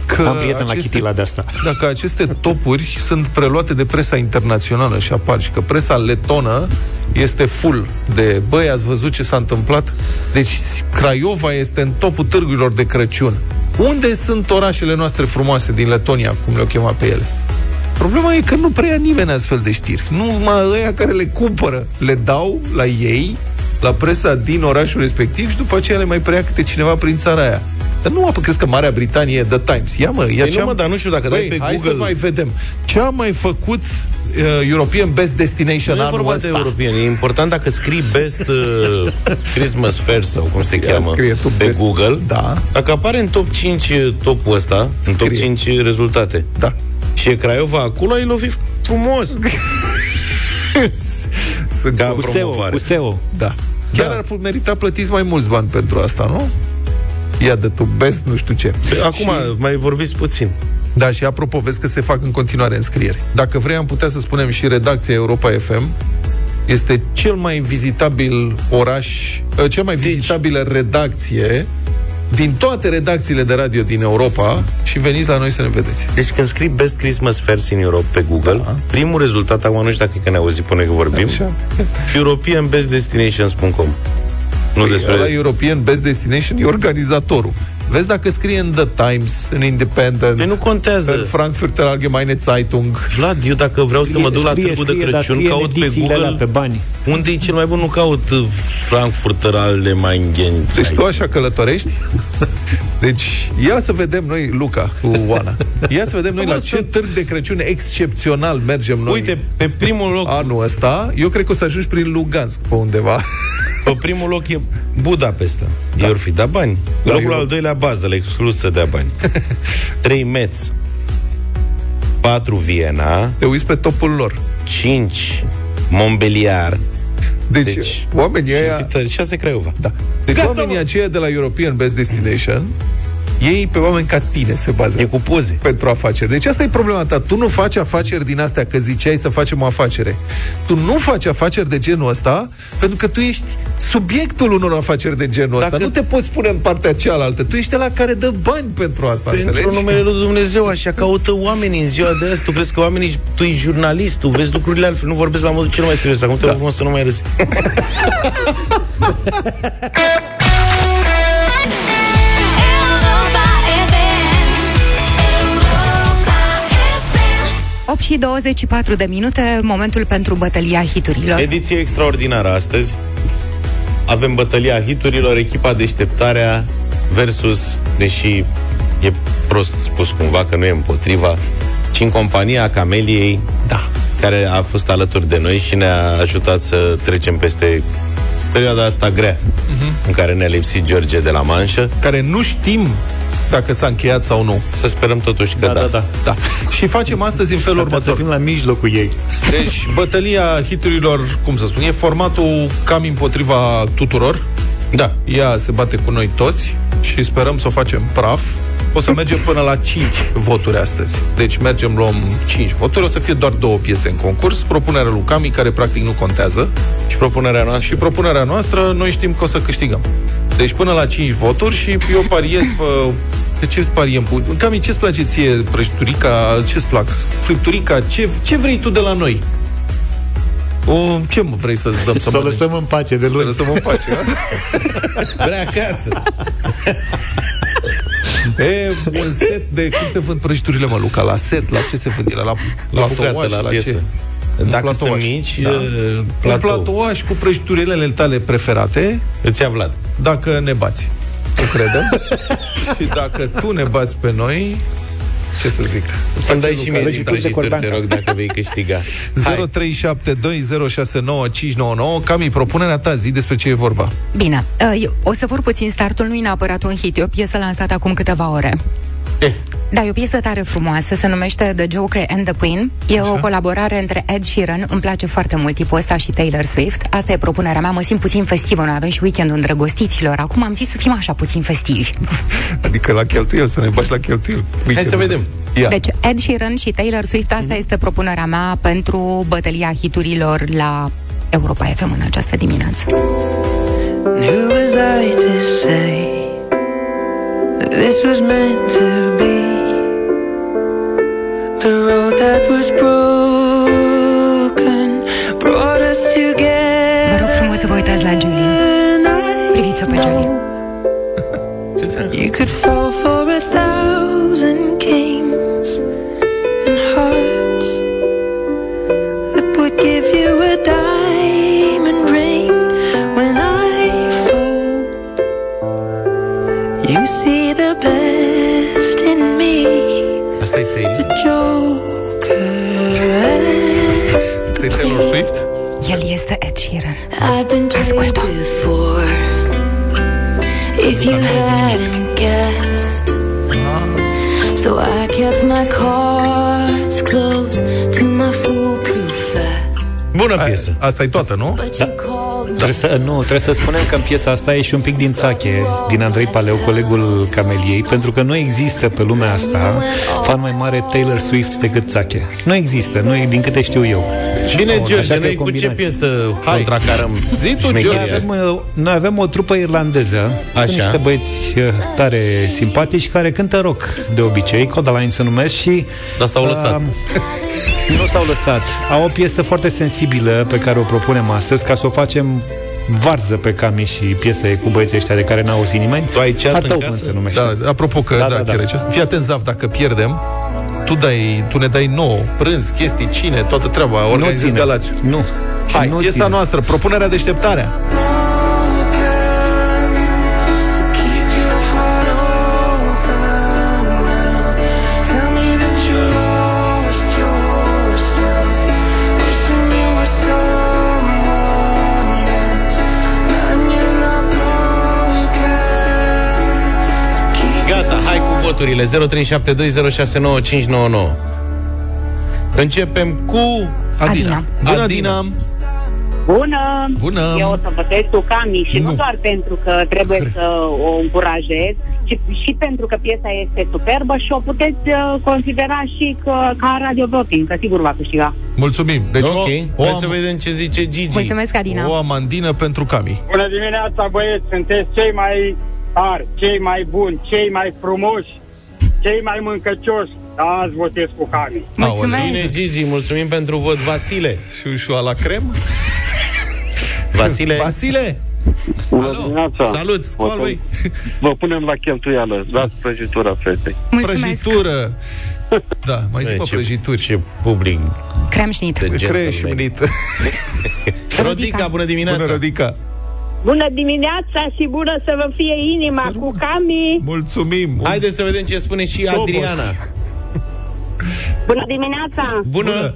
Speaker 3: că
Speaker 5: Am prieten la Chitila de asta.
Speaker 3: dacă aceste topuri sunt preluate de presa internațională și apar și că presa letonă este full de băi, ați văzut ce s-a întâmplat? Deci Craiova este în topul târgurilor de Crăciun. Unde sunt orașele noastre frumoase din Letonia, cum le-o chema pe ele? Problema e că nu prea ia nimeni astfel de știri. Numai ăia care le cumpără le dau la ei, la presa din orașul respectiv și după aceea le mai preia câte cineva prin țara aia. Dar nu mă crezi că Marea Britanie e The Times. Ia mă, ia
Speaker 4: Păi nu,
Speaker 3: ce am-
Speaker 4: mă, dar nu știu dacă dai
Speaker 3: Băi,
Speaker 4: pe
Speaker 3: hai
Speaker 4: Google-
Speaker 3: să mai vedem. Ce a mai făcut uh, European Best Destination
Speaker 4: Nu e
Speaker 3: anul
Speaker 4: vorba de
Speaker 3: ăsta?
Speaker 4: europeni, e important dacă scrii best uh, Christmas fair sau cum se
Speaker 3: Ia,
Speaker 4: cheamă
Speaker 3: Da, scrie tu
Speaker 4: pe
Speaker 3: best.
Speaker 4: Google,
Speaker 3: Da.
Speaker 4: dacă apare în top 5 topul ăsta, în top
Speaker 3: Scrie.
Speaker 4: 5 rezultate,
Speaker 3: Da.
Speaker 4: și e Craiova acolo, ai lovit frumos.
Speaker 3: Sunt
Speaker 4: Ca
Speaker 3: cu-
Speaker 5: Cu SEO,
Speaker 4: promovare.
Speaker 5: cu SEO.
Speaker 3: Da. Chiar ar pu- merita plătiți mai mulți bani pentru asta, nu? Păi, Ia de tu best, nu știu ce.
Speaker 4: Acum mai vorbiți puțin.
Speaker 3: Da, și apropo, vezi că se fac în continuare înscrieri. Dacă vrei, am putea să spunem și redacția Europa FM este uh, Deci- cel mai vizitabil oraș, eh, cea mai vizitabilă redacție din toate redacțiile de radio din Europa și veniți la noi să ne vedeți.
Speaker 4: Deci când scrii Best Christmas Fairs in Europe pe Google, da. primul rezultat, acum nu știu dacă e că ne auzi până că vorbim,
Speaker 3: Așa.
Speaker 4: europeanbestdestinations.com Nu
Speaker 3: Păi, ăla
Speaker 4: despre...
Speaker 3: European Best Destination e organizatorul. Vezi dacă scrie în The Times, în Independent,
Speaker 4: Păi nu
Speaker 3: în
Speaker 4: contează.
Speaker 3: Frankfurter Allgemeine Zeitung.
Speaker 4: Vlad, eu dacă vreau să mă duc la
Speaker 5: Scrie,
Speaker 4: târgul de
Speaker 5: scrie, dar
Speaker 4: Crăciun,
Speaker 5: scrie în
Speaker 4: caut pe
Speaker 5: edițiile
Speaker 4: Google
Speaker 5: alea pe bani.
Speaker 4: unde e cel mai bun, nu caut uh, Frankfurter ale mai înghen.
Speaker 3: Deci tu așa călătorești? Deci ia să vedem noi, Luca, cu Oana. Ia să vedem noi la ce târg de Crăciun excepțional mergem noi.
Speaker 4: Uite, pe primul loc
Speaker 3: anul ăsta, eu cred că o să ajungi prin Lugansk pe undeva.
Speaker 4: Pe primul loc e Budapesta. Da. Ior fi da bani. Da,
Speaker 3: Da,
Speaker 4: Locul
Speaker 3: eu-
Speaker 4: al doilea bază, exclus să dea bani. 3 Metz. 4 Viena.
Speaker 3: Te uiți pe topul lor.
Speaker 4: 5 Montbeliar.
Speaker 3: Deci,
Speaker 4: Deci,
Speaker 3: deci oamenii
Speaker 4: Și
Speaker 3: aia...
Speaker 4: fită- 6 Craiova.
Speaker 3: Da. Deci Gata,
Speaker 4: Gata,
Speaker 3: oamenii
Speaker 4: mă.
Speaker 3: aceia de la European Best Destination, ei pe oameni ca tine se bazează.
Speaker 4: E cu poze.
Speaker 3: pentru afaceri. Deci asta e problema ta. Tu nu faci afaceri din astea, că ziceai să facem o afacere. Tu nu faci afaceri de genul ăsta pentru că tu ești subiectul unor afaceri de genul
Speaker 4: Dacă-
Speaker 3: ăsta. Nu te poți pune în partea cealaltă. Tu ești la care dă bani pentru asta,
Speaker 4: Pentru
Speaker 3: înțelegi?
Speaker 4: numele lui Dumnezeu, așa caută oamenii în ziua de azi. Tu crezi că oamenii, tu ești jurnalist, tu vezi lucrurile altfel. Nu vorbesc la modul cel mai serios. Acum
Speaker 3: Da.
Speaker 4: te rog frumos să nu mai râzi.
Speaker 6: Europa FM. Europa FM.
Speaker 2: 8 și 24 de minute, momentul pentru bătălia hiturilor.
Speaker 4: Ediție extraordinară astăzi. Avem bătălia hiturilor, echipa deșteptarea versus, deși e prost spus cumva că nu e împotriva, ci în compania Cameliei, da. care a fost alături de noi și ne-a ajutat să trecem peste perioada asta grea în care ne-a lipsit George de la manșă.
Speaker 3: Care nu știm dacă s-a încheiat sau nu.
Speaker 4: Să sperăm totuși că da.
Speaker 3: Da. Și facem astăzi în felul
Speaker 5: Să
Speaker 3: următor.
Speaker 5: fim la mijlocul ei.
Speaker 3: Deci, bătălia hiturilor, cum să spun, e formatul cam împotriva tuturor.
Speaker 4: da.
Speaker 3: Ea se bate cu noi toți și sperăm să o facem praf. O să mergem până la 5 voturi astăzi. Deci mergem, luăm 5 voturi, o să fie doar două piese în concurs. Propunerea lui Cami, care practic nu contează,
Speaker 4: Și propunerea noastră.
Speaker 3: și propunerea noastră, noi știm că o să câștigăm. Deci până la 5 voturi și eu pariez pe... Pe ce pariem? Cu- Cami, ce-ți place ție prăjiturica? Ce-ți plac? Fripturica? Ce, ce vrei tu de la noi? O, ce mă vrei să-ți dăm să,
Speaker 5: Să o
Speaker 3: mănânci?
Speaker 5: lăsăm în pace de
Speaker 3: Să
Speaker 5: luni.
Speaker 3: lăsăm în pace, a?
Speaker 4: Vrea acasă.
Speaker 3: E, un set de... Cum se vând prăjiturile, mă, Luca? La set? La ce se vând ele? La, la,
Speaker 4: La bucată,
Speaker 3: platouaș,
Speaker 4: la piesă.
Speaker 3: Un
Speaker 4: Dacă
Speaker 3: platouaș,
Speaker 4: sunt mici,
Speaker 3: da.
Speaker 4: eh,
Speaker 3: Un
Speaker 4: platou.
Speaker 3: platouaș cu prăjiturile tale preferate,
Speaker 4: Îți ia Vlad.
Speaker 3: dacă ne bați. Nu credem. și dacă tu ne bați pe noi, ce să zic?
Speaker 4: Să-mi dai și mie din
Speaker 5: Prăjituri de
Speaker 4: prăjituri, te
Speaker 5: corbanca.
Speaker 4: rog, dacă vei câștiga. Hai.
Speaker 3: 0372069599 Cami, propunerea ta, zi despre ce e vorba.
Speaker 2: Bine, uh, eu- o să vor puțin startul, nu e neapărat un hit, e o piesă lansată acum câteva ore. Da, e o piesă tare frumoasă, se numește The Joker and the Queen. E o colaborare între Ed Sheeran, îmi place foarte mult tipul ăsta și Taylor Swift. Asta e propunerea mea, mă simt puțin festivă, noi avem și weekendul îndrăgostiților. Acum am zis să fim așa puțin festivi.
Speaker 3: Adică la cheltuiel, să ne bași la cheltuiel.
Speaker 4: Hai să vedem.
Speaker 3: Ia.
Speaker 2: Deci Ed Sheeran și Taylor Swift, asta este propunerea mea pentru bătălia hiturilor la Europa FM în această dimineață.
Speaker 7: And Who was I to say that this was meant to be? The road that was broken brought us
Speaker 2: Vă rog frumos să vă
Speaker 7: together.
Speaker 2: uitați la Julie.
Speaker 7: And I
Speaker 2: Priviți-o pe Julie.
Speaker 7: You could fall for a thousand kings and hearts that would give you a diamond ring. When I fall, you see the best in me,
Speaker 4: Asta e Taylor.
Speaker 7: Joker.
Speaker 3: Este Taylor Swift?
Speaker 2: El este Ed Sheeran.
Speaker 8: I've been played before. If you hadn't guessed, so I kept my cards close to my foolproof vest.
Speaker 4: Bună piesă.
Speaker 3: Asta e toată, nu?
Speaker 8: But you called
Speaker 5: Trebuie să, nu, trebuie să spunem că în piesa asta e și un pic din Țache, din Andrei Paleu, colegul Cameliei, pentru că nu există pe lumea asta fan mai mare Taylor Swift decât Țache. Nu există, nu e din câte știu eu.
Speaker 4: Bine,
Speaker 5: Bun, așa
Speaker 4: George,
Speaker 5: că e
Speaker 4: noi cu ce
Speaker 5: combinație.
Speaker 4: piesă
Speaker 3: Hai.
Speaker 4: contracarăm
Speaker 3: Zi tu,
Speaker 4: șmecheria
Speaker 3: George.
Speaker 4: asta?
Speaker 5: Avem, uh, noi avem o trupă irlandeză Așa.
Speaker 4: Așa.
Speaker 5: Sunt niște băieți uh, tare simpatici Care cântă rock de obicei Codaline se numesc și
Speaker 4: Dar s-au lăsat.
Speaker 5: uh, Nu s-au lăsat Au o piesă foarte sensibilă pe care o propunem astăzi Ca să o facem varză pe cami și piese cu băieții ăștia de care n-au auzit nimeni
Speaker 4: Tu ai ceas în
Speaker 5: Atăugăn
Speaker 4: casă?
Speaker 5: se numește
Speaker 3: Da, apropo că, da, da,
Speaker 5: Da, da, da.
Speaker 3: chiar acest. Fii atent, Zaf, dacă pierdem, tu, dai, tu ne dai nouă, prânz, chestii, cine, toată treaba,
Speaker 5: Nu
Speaker 3: organizezi
Speaker 5: ține
Speaker 3: galaci.
Speaker 5: Nu
Speaker 3: Hai,
Speaker 5: nu
Speaker 3: piesa
Speaker 5: ține.
Speaker 3: noastră, propunerea deșteptarea.
Speaker 7: So keep your heart open now. Tell me that you lost yourself, wishing you were someone else. Man, you're not broken. So keep
Speaker 4: Gata, hai cu voturile 0372069599 Începem cu
Speaker 2: Adina.
Speaker 3: Bună,
Speaker 4: Adina.
Speaker 3: Adina!
Speaker 9: Bună!
Speaker 3: Bună.
Speaker 9: Eu o să votez cu Cami și nu,
Speaker 3: Nu.
Speaker 9: nu doar pentru că trebuie să o încurajez, ci și pentru că piesa este superbă și o puteți uh, considera și că, ca radio voting, că sigur va câștiga.
Speaker 3: Mulțumim! Deci o,
Speaker 4: Ok,
Speaker 3: o,
Speaker 4: hai
Speaker 3: am,
Speaker 4: să vedem ce zice Gigi
Speaker 2: Mulțumesc, Adina.
Speaker 3: o amandină pentru Cami.
Speaker 10: Bună dimineața, băieți! Sunteți cei mai tari, cei mai buni, cei mai frumoși, cei mai mâncăcioși. Da, Azi votez cu Cami.
Speaker 2: Mulțumesc.
Speaker 4: Bine, Gigi, mulțumim pentru vot Vasile
Speaker 3: Și ușua la crem?
Speaker 4: Vasile,
Speaker 3: Vasile!
Speaker 11: Bună
Speaker 3: Alo,
Speaker 11: dimineața!
Speaker 4: salut,
Speaker 11: Vă,
Speaker 4: scoal, băi
Speaker 11: vă punem la cheltuială, dați prăjitura fetei.
Speaker 2: Mulțumesc.
Speaker 3: Prăjitură! Da, mai zic
Speaker 4: Băi,
Speaker 3: pe
Speaker 4: ce-
Speaker 3: prăjituri.
Speaker 4: Ce public
Speaker 2: Cremșnit.
Speaker 3: Deci-
Speaker 4: de gentleman
Speaker 3: Creșminit.
Speaker 4: Rodica, bună
Speaker 3: Bună,
Speaker 4: dimineața
Speaker 3: Rodica!
Speaker 9: Bună dimineața și bună să vă fie inima
Speaker 3: Să cu
Speaker 9: Cami!
Speaker 3: Mulțumim!
Speaker 4: Haideți să vedem ce spune și
Speaker 3: Tobos.
Speaker 4: Adriana
Speaker 9: Bună dimineața!
Speaker 4: Bună!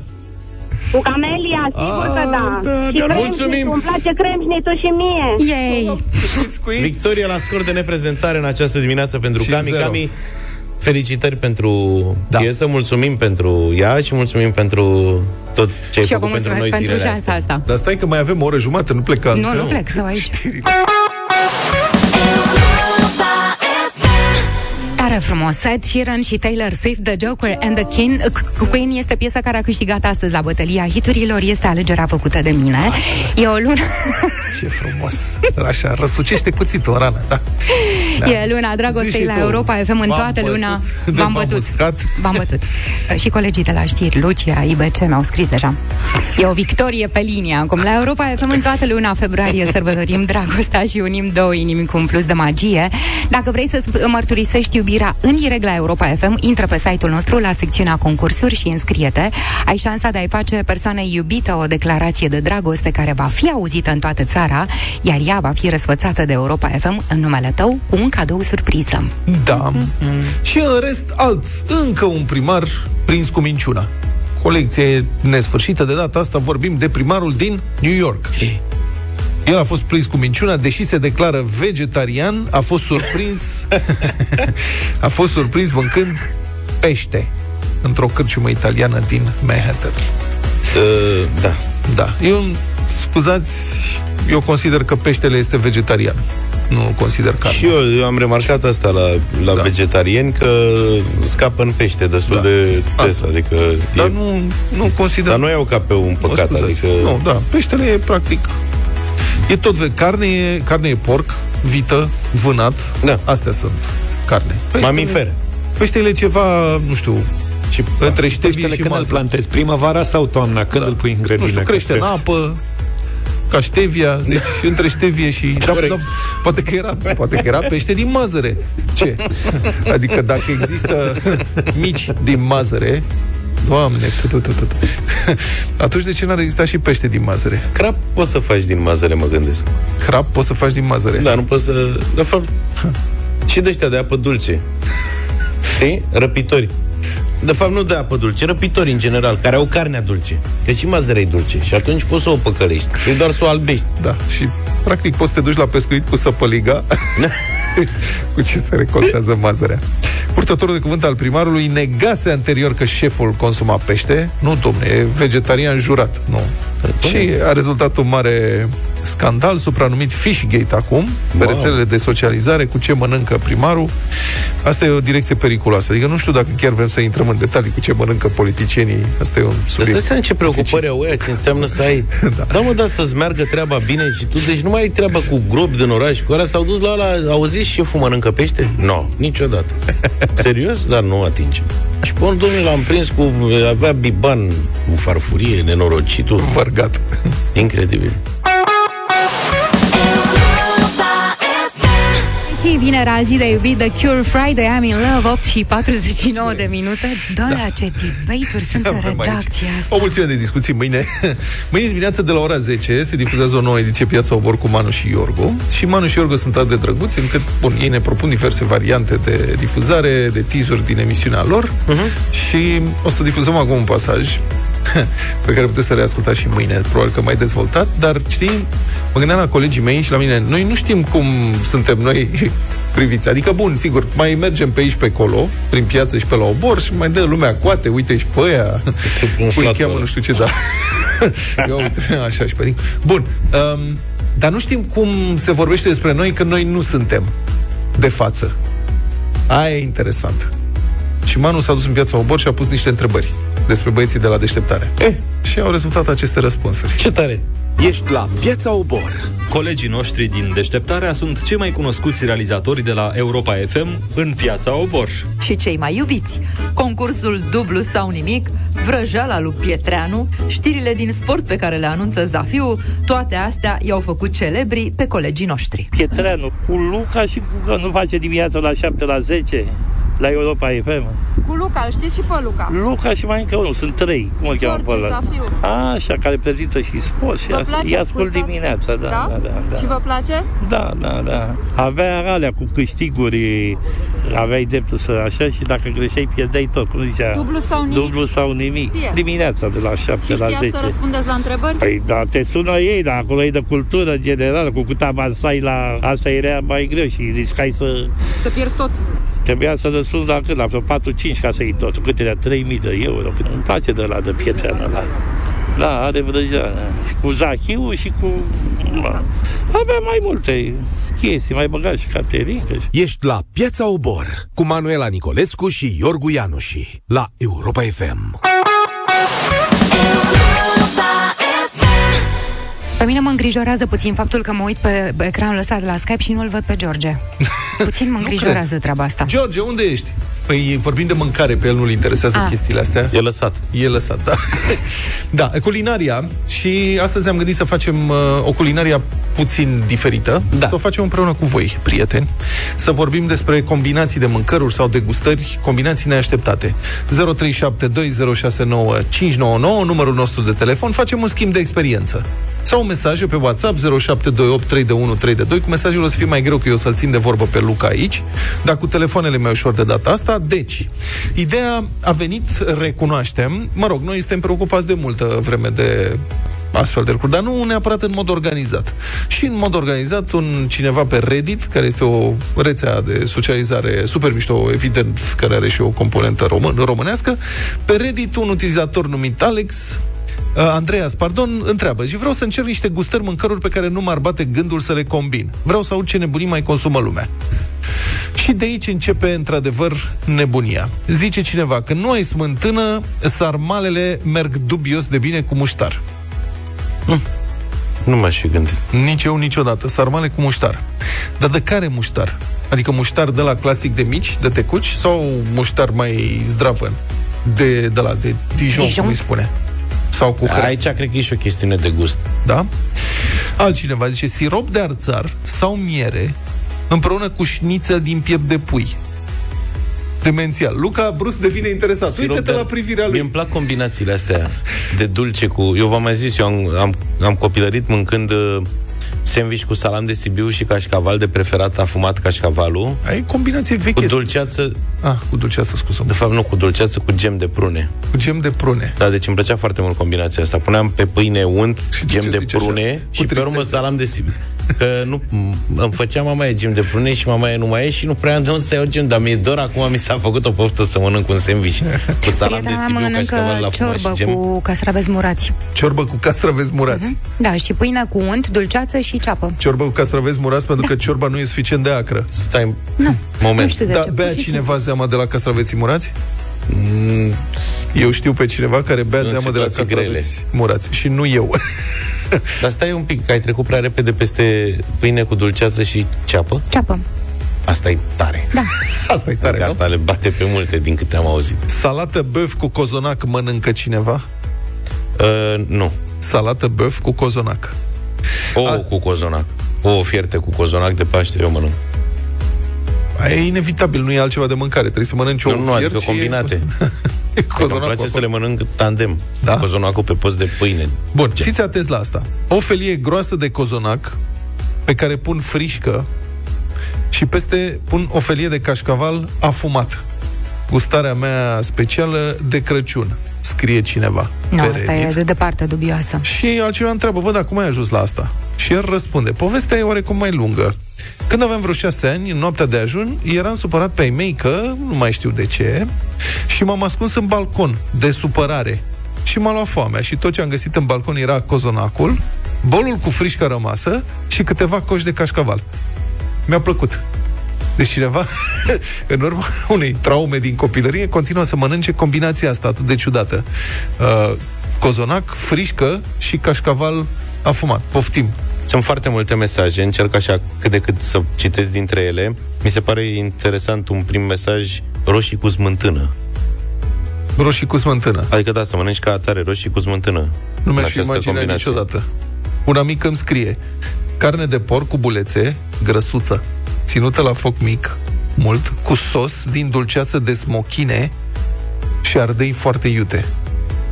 Speaker 9: Cu Camelia, sigur
Speaker 3: Ah,
Speaker 9: că da!
Speaker 3: da,
Speaker 9: și
Speaker 3: da,
Speaker 9: Cremșnițul,
Speaker 4: mulțumim.
Speaker 9: Îmi place cremșnițul și mie!
Speaker 2: Yay!
Speaker 3: Scuiți!
Speaker 4: Victoria la scor de neprezentare în această dimineață pentru
Speaker 3: 5-0.
Speaker 4: Cami. Cami, felicitări pentru
Speaker 3: Da.
Speaker 4: da. piesă, mulțumim pentru ea și mulțumim pentru tot ce ai
Speaker 2: Și eu vă
Speaker 4: făcut pentru
Speaker 2: mulțumesc
Speaker 4: noi
Speaker 2: pentru
Speaker 4: zilele
Speaker 2: șansa
Speaker 4: astea.
Speaker 2: asta.
Speaker 3: Dar stai că mai avem o oră jumate, nu pleca.
Speaker 2: Nu, nu plec, stau aici.
Speaker 6: Europa FM.
Speaker 2: Tare frumos. Ed Sheeran și Taylor Swift, The Joker and the King. Queen este piesa care a câștigat astăzi la bătălia hiturilor. Este alegerea făcută de mine. E o lună...
Speaker 3: Ce frumos! Așa, răsucește cuțitul, rana, da.
Speaker 2: Da. E luna
Speaker 3: Zici
Speaker 2: dragostei
Speaker 3: și
Speaker 2: la
Speaker 3: tu.
Speaker 2: Europa FM în
Speaker 3: V-am
Speaker 2: toată
Speaker 3: bătut,
Speaker 2: luna.
Speaker 3: de
Speaker 2: V-am
Speaker 3: v-am
Speaker 2: bătut.
Speaker 3: uscat.
Speaker 2: V-am bătut. Și colegii de la știri, Lucia, IBC, mi-au scris deja. E o victorie pe linie acum. La Europa FM în toată luna februarie sărbătorim dragostea și unim două inimi cu un plus de magie. Dacă vrei să mărturisești iubirea în direct la Europa FM, intră pe site-ul nostru la secțiunea concursuri și înscrie-te. Ai șansa de a-i face persoanei iubită o declarație de dragoste care va fi auzită în toată țara, iar ea va fi răsfățată de Europa FM în numele tău cu un cadou surpriză.
Speaker 3: Da. Și în rest, alt, încă un primar prins cu minciuna. Colecție nesfârșită, de data asta vorbim de primarul din New York. El a fost prins cu minciuna, deși se declară vegetarian, a fost surprins a fost surprins mâncând pește într-o cârciumă italiană din Manhattan.
Speaker 4: Uh, da.
Speaker 3: Da. Eu, scuzați, eu consider că peștele este vegetarian. Nu consider carne.
Speaker 4: Și eu, eu am remarcat asta la, la
Speaker 3: Da.
Speaker 4: da. vegetarieni că scapă în pește destul
Speaker 3: Da.
Speaker 4: da. de des,
Speaker 3: Asta.
Speaker 4: adică
Speaker 3: Dar
Speaker 4: e,
Speaker 3: nu, nu consider...
Speaker 4: dar nu iau ca pe un
Speaker 3: Mă
Speaker 4: păcat,
Speaker 3: scuzați.
Speaker 4: adică
Speaker 3: Nu, da, peștele e practic... E tot ve- carne, e, carne e porc, vită, vânat.
Speaker 4: Da.
Speaker 3: Astea sunt carne. Peștele,
Speaker 4: Mamifer.
Speaker 3: Peștele e ceva, nu știu,
Speaker 4: Și,
Speaker 3: între ștevie
Speaker 5: Peștele
Speaker 3: și
Speaker 5: când îl
Speaker 3: mază. Da.
Speaker 5: plantezi, primăvara sau toamna? Când îl pui în grădină?
Speaker 3: Nu știu,
Speaker 5: Că
Speaker 3: crește
Speaker 5: se-
Speaker 3: în apă, ca ștevia, deci între ștevie și... Da, da, poate, că era, poate că era pește din mazăre. Ce? Adică dacă există mici din mazăre, Doamne, tu, tu, tu, tu. Atunci de ce n-ar exista și pește din mazăre?
Speaker 4: crap poți să faci din mazăre, mă gândesc.
Speaker 3: Crap poți să faci din mazăre.
Speaker 4: Da, nu poți să... De fapt, și de ăștia de apă dulce. Știi? Răpitori. De fapt, nu de apă dulce, răpitori în general, care au carnea dulce. Că și mazăre e dulce. Și atunci poți să o păcălești. E doar să o albești.
Speaker 3: Da, și practic poți să te duci la pescuit cu săpăliga cu ce se recoltează mazărea. Purtătorul de cuvânt al primarului negase anterior că șeful consuma pește. Nu, domne, e vegetarian jurat. Nu. Și a rezultat un mare scandal supranumit Fishgate acum, pe
Speaker 4: Wow.
Speaker 3: rețelele de socializare, cu ce mănâncă primarul. Asta e o direcție periculoasă. Adică nu știu dacă chiar vrem să intrăm în detalii cu ce mănâncă politicienii. Asta e un
Speaker 4: Îți dai
Speaker 3: subiect.
Speaker 4: seama ce preocupări au ăia, ce înseamnă să ai... da. da, mă, da, să-ți meargă treaba bine și tu... Deci nu mai ai treaba cu grob din oraș, cu ăla s-au dus la ăla, au zis șeful mănâncă pește? Nu, no, niciodată. Serios? Dar nu atinge. Și pe un domnul l-am prins cu... Avea biban, o farfurie, nenorocitul.
Speaker 3: Vărgat.
Speaker 4: Incredibil.
Speaker 2: Și vinerea zi de iubit The Cure Friday, I'm in love 8 și 49 de minute Doamne, da. ce dezbateri sunt în
Speaker 3: Avem aici
Speaker 2: redacție
Speaker 3: O mulțime de discuții mâine. Mâine dimineață de la ora 10 se difuzează o nouă ediție Piața Obor cu Manu și Iorgu. Și Manu și Iorgu sunt atât de drăguți încât, bun, ei ne propun diverse variante de difuzare, de teaser din emisiunea lor. Uh-huh. Și o să difuzăm acum un pasaj pe care puteți să reascultați și mâine, probabil că mai dezvoltat, dar știi, mă gândeam la colegii mei și la mine, noi nu știm cum suntem noi priviți. Adică, bun, sigur, mai mergem pe aici, pe acolo, prin piață și pe la obor și mai dă lumea coate, uite și pe aia, îi
Speaker 4: șlat
Speaker 3: cheamă
Speaker 4: ăla.
Speaker 3: nu știu ce, da. Eu uite, așa și pe din- Bun, um, dar nu știm cum se vorbește despre noi când noi nu suntem de față. Aia e interesant. Și Manu s-a dus în piața Obor și a pus niște întrebări despre băieții de la deșteptare. Eh. Și au rezultat aceste răspunsuri.
Speaker 4: Ce tare!
Speaker 1: Ești la Piața Obor.
Speaker 12: Colegii noștri din Deșteptarea sunt cei mai cunoscuți realizatori de la Europa FM în piața Obor.
Speaker 13: și cei mai iubiți. Concursul dublu sau nimic, vrăjeala lui Pietreanu, știrile din sport pe care le anunță Zafiu, toate astea i-au făcut celebri pe colegii noștri.
Speaker 14: Pietreanu, cu Luca și cu că nu face dimineața la 7 la 10 la Europa FM.
Speaker 15: Cu Luca, îl știți și pe Luca.
Speaker 14: Luca și mai încă unul, sunt trei, cum îl cheamă pe
Speaker 15: George
Speaker 14: ăla?
Speaker 15: Zafiu.
Speaker 14: Așa, care prezintă și sport și
Speaker 15: Vă
Speaker 14: asta.
Speaker 15: place
Speaker 14: Îi ascult
Speaker 15: ascultați?
Speaker 14: dimineața, da, da, da. da, da.
Speaker 15: Și vă place?
Speaker 14: Da, da, da. Avea alea cu câștiguri, aveai dreptul să așa și dacă greșeai pierdeai tot, cum zicea.
Speaker 15: Dublu sau nimic.
Speaker 14: Da. Dublu sau nimic.
Speaker 15: Fie.
Speaker 14: Dimineața de la 7
Speaker 15: Și
Speaker 14: la 10.
Speaker 15: știați să răspundeți la întrebări?
Speaker 14: Păi da, te sună ei, dar acolo e de cultură în general, cu cât avansai la asta era mai greu și riscai să...
Speaker 15: Să pierzi tot.
Speaker 14: Trebuia să răspunzi la cât, la vreo 4-5 ca să iei tot, cât era 3.000 de euro, cât îmi place de la de pietreană ăla. Da, are vrăjeană. Și cu Zahiu și cu... Da. Avea mai multe chestii, mai băgat și caterincă și...
Speaker 1: Ești la Piața Obor cu Manuela Nicolescu și Iorgu Ianuși la Europa FM.
Speaker 2: Pe mine mă îngrijorează puțin faptul că mă uit pe ecranul ăsta de la Skype și nu-l văd pe George Puțin mă îngrijorează treaba asta
Speaker 3: George, unde ești? Păi vorbim de mâncare, pe el nu-l interesează
Speaker 2: Ah.
Speaker 3: ah. chestiile astea.
Speaker 4: E lăsat.
Speaker 3: E lăsat, da. da, culinaria. Și astăzi am gândit să facem uh, o culinaria puțin diferită. Da. Să o facem împreună cu voi, prieteni. Să vorbim despre combinații de mâncăruri sau degustări, combinații neașteptate. 0372069599, numărul nostru de telefon. Facem un schimb de experiență. Sau mesaje pe WhatsApp 07283132 Cu mesajul o să fie mai greu că eu să-l țin de vorbă pe Luca aici Dar cu telefoanele mai ușor de data asta Deci, ideea a venit, recunoaștem Mă rog, noi suntem preocupați de multă vreme de astfel de lucruri, dar nu neapărat în mod organizat. Și în mod organizat, un cineva pe Reddit, care este o rețea de socializare super mișto, evident, care are și o componentă român, românească, pe Reddit un utilizator numit Alex Uh, Andreas, pardon, întreabă și vreau să încerc niște gustări mâncăruri pe care nu m-ar bate gândul să le combin. Vreau să aud ce nebunii mai consumă lumea. Și de aici începe, într-adevăr, nebunia. Zice cineva că nu ai smântână, sarmalele merg dubios de bine cu muștar.
Speaker 4: Nu m-aș fi gândit.
Speaker 3: Nici eu niciodată. Sarmale cu muștar. Dar de care muștar? Adică muștar de la clasic de mici, de tecuci, sau muștar mai zdravăn? De, de la de Dijon, Dijon,
Speaker 4: Dijon?
Speaker 3: cum îi spune. Sau cu hră-
Speaker 4: Aici cred că e și o chestiune de gust.
Speaker 3: Da? Altcineva zice sirop de arțar sau miere împreună cu șniță din piept de pui. Demențial. Luca brusc devine interesat.
Speaker 4: Sirop
Speaker 3: Uite-te
Speaker 4: de-
Speaker 3: la privirea lui.
Speaker 4: Mie îmi plac combinațiile astea de dulce cu... Eu v-am mai zis, eu am, am, am copilărit mâncând uh, sandwich cu salam de Sibiu și cașcaval de preferat afumat cașcavalul.
Speaker 3: Ai combinație veche.
Speaker 4: Cu Da. dulceață...
Speaker 3: Ah, cu dulceață, scuză
Speaker 4: De fapt, nu, cu dulceață, cu gem de prune.
Speaker 3: Cu gem de prune.
Speaker 4: Da, deci îmi plăcea foarte mult combinația asta. Puneam pe pâine unt,
Speaker 3: Și
Speaker 4: gem
Speaker 3: ce
Speaker 4: de
Speaker 3: zici așa?
Speaker 4: prune
Speaker 3: Cu
Speaker 4: și pe urmă
Speaker 3: tristețe.
Speaker 4: salam de Sibiu. Că nu, m- îmi făcea mama e gem de prune și mama e nu mai e și nu prea am de unde să iau gem, dar mi-e dor acum, mi s-a făcut o poftă să mănânc un sandwich cu salam de
Speaker 2: Prietena mea
Speaker 4: Sibiu, cașcaval la
Speaker 2: mănâncă
Speaker 4: fumaș
Speaker 2: ciorbă
Speaker 4: și gem.
Speaker 2: cu castraveți murați.
Speaker 3: Ciorbă cu castraveți murați.
Speaker 4: Mhm.
Speaker 3: Mm-hmm.
Speaker 2: Da, și pâine cu unt, dulceață și ceapă.
Speaker 3: Ciorbă cu castraveți murați pentru că ciorba nu e suficient de acră.
Speaker 4: Stai,
Speaker 2: Nu.
Speaker 4: moment.
Speaker 2: Nu știu de
Speaker 3: da,
Speaker 2: ce.
Speaker 3: bea
Speaker 4: Păi
Speaker 2: Pur și
Speaker 3: cineva zeama de la castraveții murați? Eu știu pe cineva care bea
Speaker 4: Mm. În
Speaker 3: zeamă de la
Speaker 4: situații grele.
Speaker 3: castraveți murați și nu eu.
Speaker 4: Dar stai un pic, că ai trecut prea repede peste pâine cu dulceață și ceapă.
Speaker 2: Ceapă.
Speaker 4: Asta e tare.
Speaker 2: Da.
Speaker 3: Asta e tare,
Speaker 4: Că
Speaker 3: nu?
Speaker 4: asta le bate pe multe din câte am auzit.
Speaker 3: Salată băf cu cozonac mănâncă cineva?
Speaker 4: Uh, nu.
Speaker 3: Salată băf cu cozonac.
Speaker 4: Ouă cu cozonac. Ouă fierte cu cozonac de Paște, eu mănânc.
Speaker 3: Aia e inevitabil, nu e altceva de mâncare. Trebuie să mănânci
Speaker 4: Nu,
Speaker 3: o
Speaker 4: nu, adică combinate. Adică îmi
Speaker 3: Cozonacul
Speaker 4: place
Speaker 3: acolo.
Speaker 4: să le mănânc tandem. Da? Cozonacul pe post de pâine.
Speaker 3: Bun, Ce? fiți atenți la asta. O felie groasă de cozonac pe care pun frișcă și peste pun o felie de cașcaval afumat. Gustarea mea specială de Crăciun, scrie cineva.
Speaker 2: Nu,
Speaker 3: pe
Speaker 2: asta
Speaker 3: Reddit.
Speaker 2: e de departe dubioasă.
Speaker 3: Și altcineva întreabă, bă, dar cum ai ajuns la asta? Și el răspunde, povestea e oarecum mai lungă. Când aveam vreo șase ani, în noaptea de ajun, eram supărat pe ei mei că, nu mai știu de ce, și m-am ascuns în balcon, de supărare. Și m-a luat foamea și tot ce am găsit în balcon era cozonacul, bolul cu frișca rămasă și câteva coși de cașcaval. Mi-a plăcut. Deci cineva, în urma unei traume din copilărie, continuă să mănânce combinația asta atât de ciudată. Uh, cozonac, frișcă și cașcaval afumat. Poftim.
Speaker 4: Sunt foarte multe mesaje, încerc așa cât de cât să citesc dintre ele. Mi se pare interesant un prim mesaj, roșii cu smântână.
Speaker 3: Roșii cu smântână.
Speaker 4: Adică da, să mănânci ca atare roșii cu smântână.
Speaker 3: Nu
Speaker 4: în
Speaker 3: mi-aș fi
Speaker 4: această
Speaker 3: imaginat
Speaker 4: combinație.
Speaker 3: niciodată. Un amic îmi scrie Carne de porc cu bulețe, grăsuță, ținută la foc mic, mult, cu sos din dulceață de smochine și ardei foarte iute.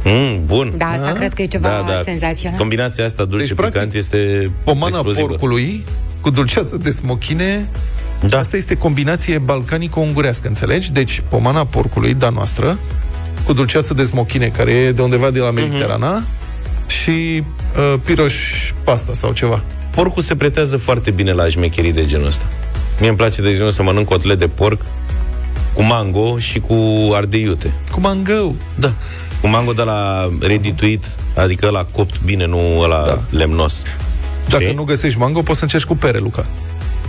Speaker 4: Mm, bun.
Speaker 2: Da, asta cred că e ceva senzațional.
Speaker 4: Combinația asta dulce deci, picant este
Speaker 3: Pomana
Speaker 4: explozivă.
Speaker 3: porcului cu dulceață de smochine
Speaker 4: da.
Speaker 3: Asta este combinație balcanico-ungurească, înțelegi? Deci pomana porcului, da noastră, cu dulceață de smochine, care e de undeva de la Mediterana, și uh, piroș pasta sau ceva.
Speaker 4: Porcul se pretează foarte bine la șmecherii de genul ăsta. Mie îmi place, de exemplu, să mănânc cotlet de porc cu mango și cu ardei iute.
Speaker 3: Cu mangău.
Speaker 4: Da. Cu mango de la redituit, adică la copt bine, nu la da. lemnos.
Speaker 3: Dacă nu găsești mango, poți să încerci cu pere, Luca.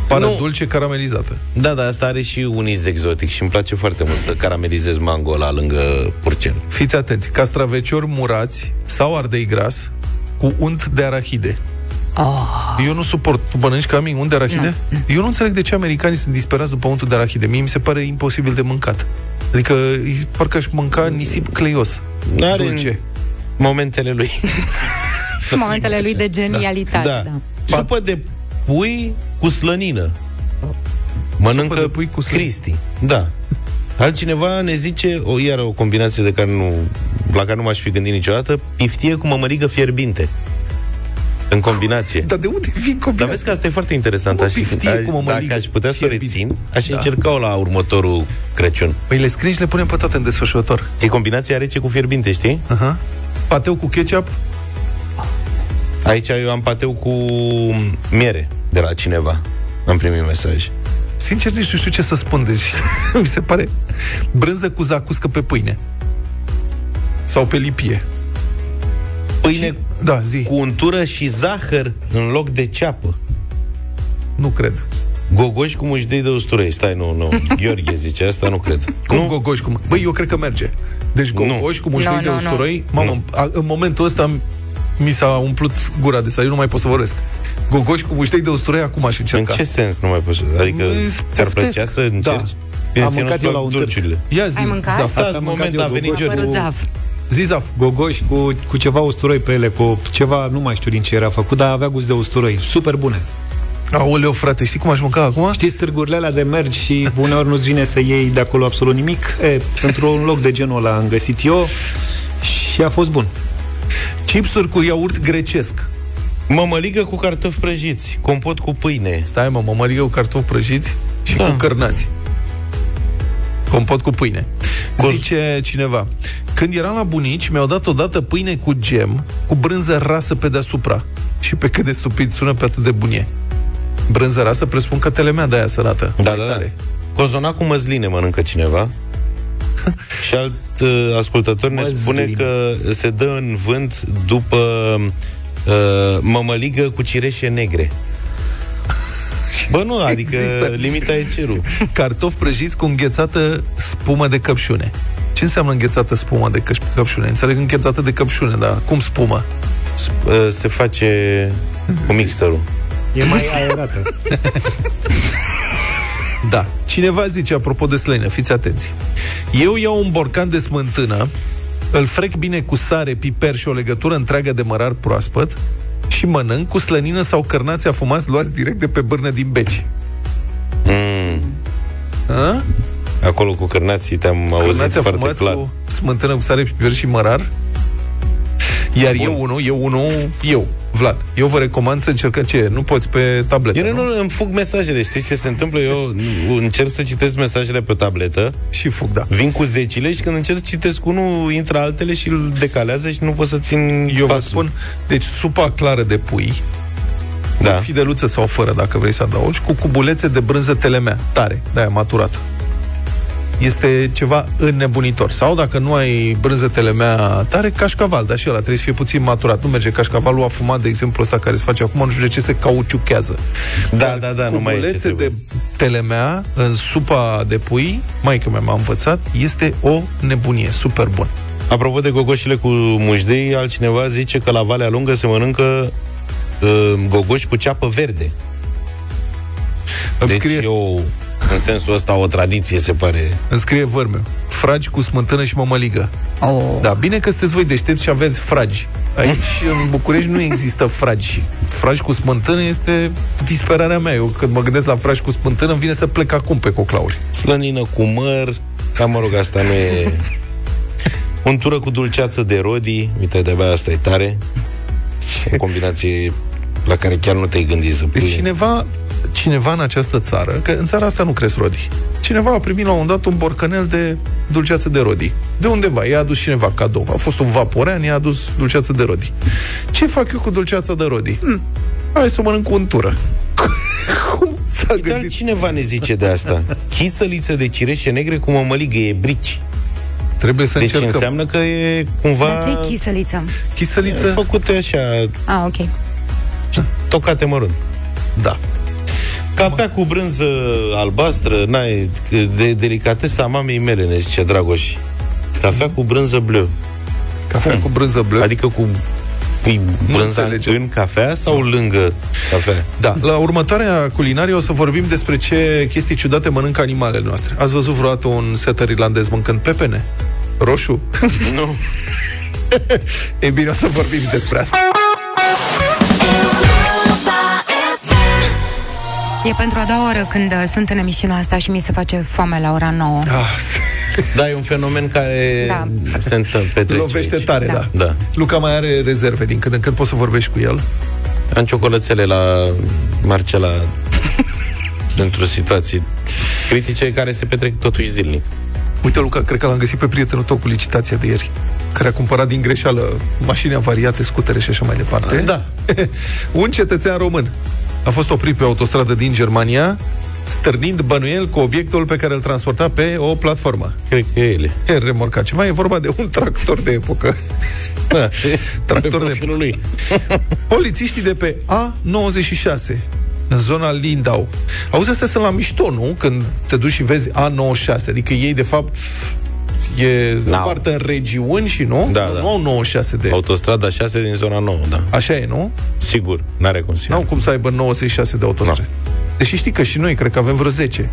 Speaker 3: Pară dulce caramelizată.
Speaker 4: Da, da, asta are și un iz exotic și îmi place foarte mult să caramelizez mango la lângă purcel.
Speaker 3: Fiți atenți, castraveciori murați sau ardei gras cu unt de arahide.
Speaker 2: Oh.
Speaker 3: Eu nu suport. Tu mănânci ca mine unt de arahide? Ah. Nu. Eu nu înțeleg de ce americanii sunt disperați după untul de arahide. Mie mi se pare imposibil de mâncat. Adică e- parcă aș mânca nisip cleios.
Speaker 4: N-are
Speaker 3: Dulce.
Speaker 4: Momentele lui.
Speaker 2: Momentele lui de genialitate. Da. da.
Speaker 4: Supă de pui cu slănină. Mănâncă
Speaker 3: Supă de pui cu slănină.
Speaker 4: Cristi. Da. Altcineva ne zice, o, iar o combinație de care nu, la care nu m-aș fi gândit niciodată, piftie cu mămărigă fierbinte. În combinație.
Speaker 3: Dar de unde vin combinații?
Speaker 4: Dar vezi că asta e foarte interesant.
Speaker 3: Da. Cum
Speaker 4: Aș,
Speaker 3: piftie
Speaker 4: aș,
Speaker 3: cu mămăligă
Speaker 4: dacă aș putea să o
Speaker 3: fierbinte?
Speaker 4: rețin, aș
Speaker 3: Da.
Speaker 4: da. încerca-o la următorul Crăciun.
Speaker 3: Păi le scrii și le punem pe toate în desfășurător.
Speaker 4: E combinația rece cu fierbinte, știi?
Speaker 3: Aha. Pateu cu ketchup?
Speaker 4: Aici eu am pateu cu miere de la cineva. Am primit mesaj.
Speaker 3: Sincer, nici nu știu ce să spun. Deci mi se pare brânză cu zacuscă pe pâine. Sau pe lipie.
Speaker 4: Pâine
Speaker 3: Da, zi.
Speaker 4: cu untură și zahăr în loc de ceapă.
Speaker 3: Nu cred.
Speaker 4: Gogoși cu mușdei de usturoi. Stai, nu, nu. Gheorghe zice asta, nu cred.
Speaker 3: Cum nu? gogoși cu... Băi, eu cred că merge. Deci gogoși cu muștei
Speaker 2: Nu,
Speaker 3: de
Speaker 2: nu, nu.
Speaker 3: usturoi... Mamă, a, în momentul ăsta am- mi s-a umplut gura de sal, eu nu mai pot să vorbesc. Gogoși cu muștei de usturoi acum aș
Speaker 4: În
Speaker 3: încerca.
Speaker 4: ce sens nu mai poți? să- Adică
Speaker 3: Îți
Speaker 4: ți-ar
Speaker 3: poftesc.
Speaker 4: plăcea să încerci?
Speaker 3: Da.
Speaker 4: Bine,
Speaker 5: Am
Speaker 4: ție nu-ți
Speaker 5: mâncat eu
Speaker 4: plac
Speaker 5: la un târg.
Speaker 4: dulciurile.
Speaker 3: Ia zi,
Speaker 2: Ai mâncat?
Speaker 3: Zaf.
Speaker 4: Stați,
Speaker 5: am
Speaker 4: moment,
Speaker 5: mâncat
Speaker 4: a
Speaker 5: eu
Speaker 4: venit
Speaker 5: gogoși
Speaker 4: George.
Speaker 5: cu-
Speaker 2: Zaf.
Speaker 3: Zi, Zaf.
Speaker 5: Gogoși cu, cu ceva usturoi pe ele, cu ceva, nu mai știu din ce era făcut, dar avea gust de usturoi. Super bune.
Speaker 3: Aoleu, frate, știi cum aș mânca acum?
Speaker 5: Știți, târgurile alea de mergi și uneori nu-ți vine să iei de acolo absolut nimic. E, într-un loc de genul ăla am găsit eu și a fost bun.
Speaker 3: Chipsuri cu iaurt grecesc.
Speaker 4: Mămăligă cu cartofi prăjiți, compot cu pâine.
Speaker 3: Stai, mă, mămăligă cu cartofi prăjiți și
Speaker 4: Da.
Speaker 3: cu cărnați. Compot cu pâine. Zice cineva, când eram la bunici, mi-au dat odată pâine cu gem, cu brânză rasă pe deasupra. Și pe cât de stupid sună pe atât de bunie. brânză rasă, presupun că telemea de aia sărată.
Speaker 4: Da, da, da. Cozona cu măsline mănâncă cineva. și alt uh, ascultător ne spune că se dă în vânt după uh, mămăligă cu cireșe negre. Bă, nu, adică
Speaker 3: Există.
Speaker 4: limita e cerul.
Speaker 3: Cartofi prăjiți cu înghețată spumă de căpșune. Ce înseamnă înghețată spumă de căș- căpșune? Înțeleg înghețată de căpșune, dar cum spumă?
Speaker 4: Sp- uh, se face cu mixerul.
Speaker 5: E mai aerată.
Speaker 3: Da. Cineva zice, apropo de slăină, fiți atenți. Eu iau un borcan de smântână, îl frec bine cu sare, piper și o legătură întreagă de mărar proaspăt și mănânc cu slănină sau cărnați afumați luați direct de pe bârnă din beci.
Speaker 4: Mm.
Speaker 3: A?
Speaker 4: Acolo cu cărnații te-am auzit
Speaker 3: Cărnați
Speaker 4: foarte
Speaker 3: afumați
Speaker 4: clar.
Speaker 3: cu smântână cu sare, piper și mărar. Iar Bun. eu unul, eu unul, eu, Vlad, eu vă recomand să încercați ce e. Nu poți pe tabletă,
Speaker 4: Eu nu, nu, îmi fug mesajele, știți ce se întâmplă? Eu nu- încerc să citesc mesajele pe tabletă
Speaker 3: Și fug, da
Speaker 4: Vin cu zecile și când încerc să citesc unul, intră altele și îl decalează și nu pot să țin
Speaker 3: Eu vă
Speaker 4: pasul.
Speaker 3: spun, deci supa clară de pui, da.
Speaker 4: Da.
Speaker 3: cu fideluță sau fără, dacă vrei să adaugi, cu cubulețe de brânză telemea, tare, de-aia maturată. Este ceva înnebunitor. Sau dacă nu ai brânză telemea tare, cașcaval, dar și ăla trebuie să fie puțin maturat. Nu merge cașcavalul afumat, de exemplu, ăsta care se face acum, nu știu de ce se cauciuchează.
Speaker 4: Da, da, da, nu mai e ce
Speaker 3: Cubulețe
Speaker 4: trebuie.
Speaker 3: de telemea în supa de pui, maică mea m-a învățat, este o nebunie, super bun.
Speaker 4: Apropo de gogoșile cu mușdei, altcineva zice că la Valea Lungă se mănâncă uh, gogoși cu ceapă verde.
Speaker 3: Îmi
Speaker 4: deci
Speaker 3: scrie-
Speaker 4: eu, în sensul ăsta, o tradiție, se pare.
Speaker 3: Îmi scrie vârmeu. Fragi cu smântână și mămăligă.
Speaker 2: Oh.
Speaker 3: Da, bine că sunteți voi deștepți și aveți fragi. Aici, în București, nu există fragi. Fragi cu smântână este disperarea mea. Eu când mă gândesc la fragi cu smântână, îmi vine să plec acum pe coclauri.
Speaker 4: Slănină cu măr, da, mă rog, asta nu e... Untură cu dulceață de rodii, uite, de-abia asta e tare. O combinație la care chiar nu te-ai gândit să pui.
Speaker 3: Deci cineva, cineva în această țară, că în țara asta nu cresc rodii, cineva a primit la un dat un borcanel de dulceață de rodii. De undeva, i-a adus cineva cadou. A fost un vaporean, i-a adus dulceață de rodii. Ce fac eu cu dulceața de rodii? Hmm. Hai să o mănânc cu untură. Cum s-a
Speaker 4: Uite,
Speaker 3: gândit?
Speaker 4: altcineva ne zice de asta. Chisăliță de cireșe negre cu mămăligă, e brici.
Speaker 3: Trebuie să
Speaker 4: Deci
Speaker 3: încercăm.
Speaker 4: înseamnă că e cumva
Speaker 2: Dar ce-i chisăliță?
Speaker 3: chisăliță
Speaker 4: făcute așa,
Speaker 2: Ah, ok.
Speaker 4: tocate mărunt.
Speaker 3: Da.
Speaker 4: Cafea cu brânză albastră, n-ai, de delicatesa mamei mele, ne zice Dragoș. Cafea cu brânză bleu.
Speaker 3: Cafea cu brânză bleu.
Speaker 4: Adică cu pui brânza
Speaker 3: înțelegem.
Speaker 4: în cafea sau lângă cafea?
Speaker 3: Da, la următoarea culinarie o să vorbim despre ce chestii ciudate mănâncă animalele noastre. Ați văzut vreodată un setter irlandez mâncând pepene? Roșu?
Speaker 4: Nu.
Speaker 3: e bine, o să vorbim despre asta.
Speaker 2: E pentru a doua oră când uh, sunt în emisiunea asta și mi se face foame la ora 9.
Speaker 3: Ah,
Speaker 4: Da, e un fenomen care
Speaker 2: Da.
Speaker 4: se întâmplă, petrece
Speaker 3: lovește
Speaker 4: Deci aici.
Speaker 3: tare, da.
Speaker 2: Da.
Speaker 3: da.
Speaker 4: Da.
Speaker 3: Luca mai are rezerve din când în când, poți să vorbești cu el.
Speaker 4: Am ciocolățele la Marcela într-o situație critice care se petrec totuși zilnic.
Speaker 3: Uite, Luca, cred că l-am găsit pe prietenul tău cu licitația de ieri, care a cumpărat din greșeală mașini avariate, scutere și așa mai departe.
Speaker 4: Da.
Speaker 3: Un cetățean român a fost oprit pe o autostradă din Germania, stârnind bănuiel cu obiectul pe care îl transporta pe o platformă.
Speaker 4: Cred că e ele.
Speaker 3: E remorcat ceva, e vorba de un tractor de epocă. Tractor de-
Speaker 4: profilul lui.
Speaker 3: Polițiștii de pe A96 în zona Lindau. Auzi, astea sunt la mișto, nu? Când te duci și vezi A96. Adică ei, de fapt, e
Speaker 4: N-au.
Speaker 3: parte în regiuni și nu?
Speaker 4: Da, da.
Speaker 3: Nu au 96 de...
Speaker 4: Autostrada 6 din zona 9, da.
Speaker 3: Așa e, nu?
Speaker 4: Sigur, n-are cum să
Speaker 3: N-au cum să aibă 96 de autostrade.
Speaker 4: Da.
Speaker 3: Deși știi că și noi, cred că avem vreo 10.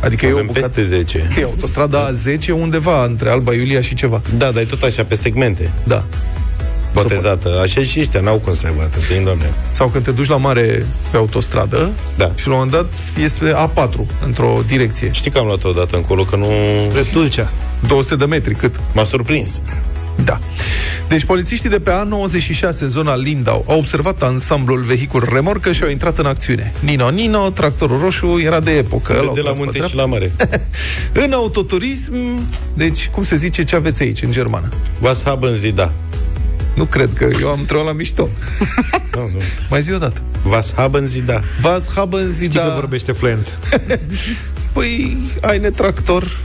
Speaker 3: Adică e o
Speaker 4: Avem
Speaker 3: bucată...
Speaker 4: peste Da. 10.
Speaker 3: E autostrada A10 undeva între Alba Iulia și ceva.
Speaker 4: Da, dar e tot așa, pe segmente,
Speaker 3: Da.
Speaker 4: botezată. Așa și ăștia, n-au cum să aibă atât, din doamne.
Speaker 3: Sau când te duci la mare pe autostradă
Speaker 4: Da.
Speaker 3: și la un moment dat este A4 într-o direcție.
Speaker 4: Știi că am luat odată încolo, că nu...
Speaker 5: Spre Tulcea.
Speaker 3: 200 de metri, cât?
Speaker 4: M-a surprins.
Speaker 3: Da. Deci polițiștii de pe A96 în zona Lindau au observat ansamblul vehicul remorcă și au intrat în acțiune. Nino, Nino, tractorul roșu era de epocă.
Speaker 4: Că
Speaker 3: l-au
Speaker 4: de la
Speaker 3: tras pe
Speaker 4: munte
Speaker 3: dreapta.
Speaker 4: și la mare.
Speaker 3: În autoturism, deci cum se zice ce aveți aici în germană?
Speaker 4: Was haben Sie da?
Speaker 3: Nu cred că eu am întrebat la mișto. Mai zi o dată.
Speaker 4: Was haben Sie da?
Speaker 3: Was haben Sie
Speaker 5: Știi că vorbește fluent.
Speaker 3: Păi, haine tractor,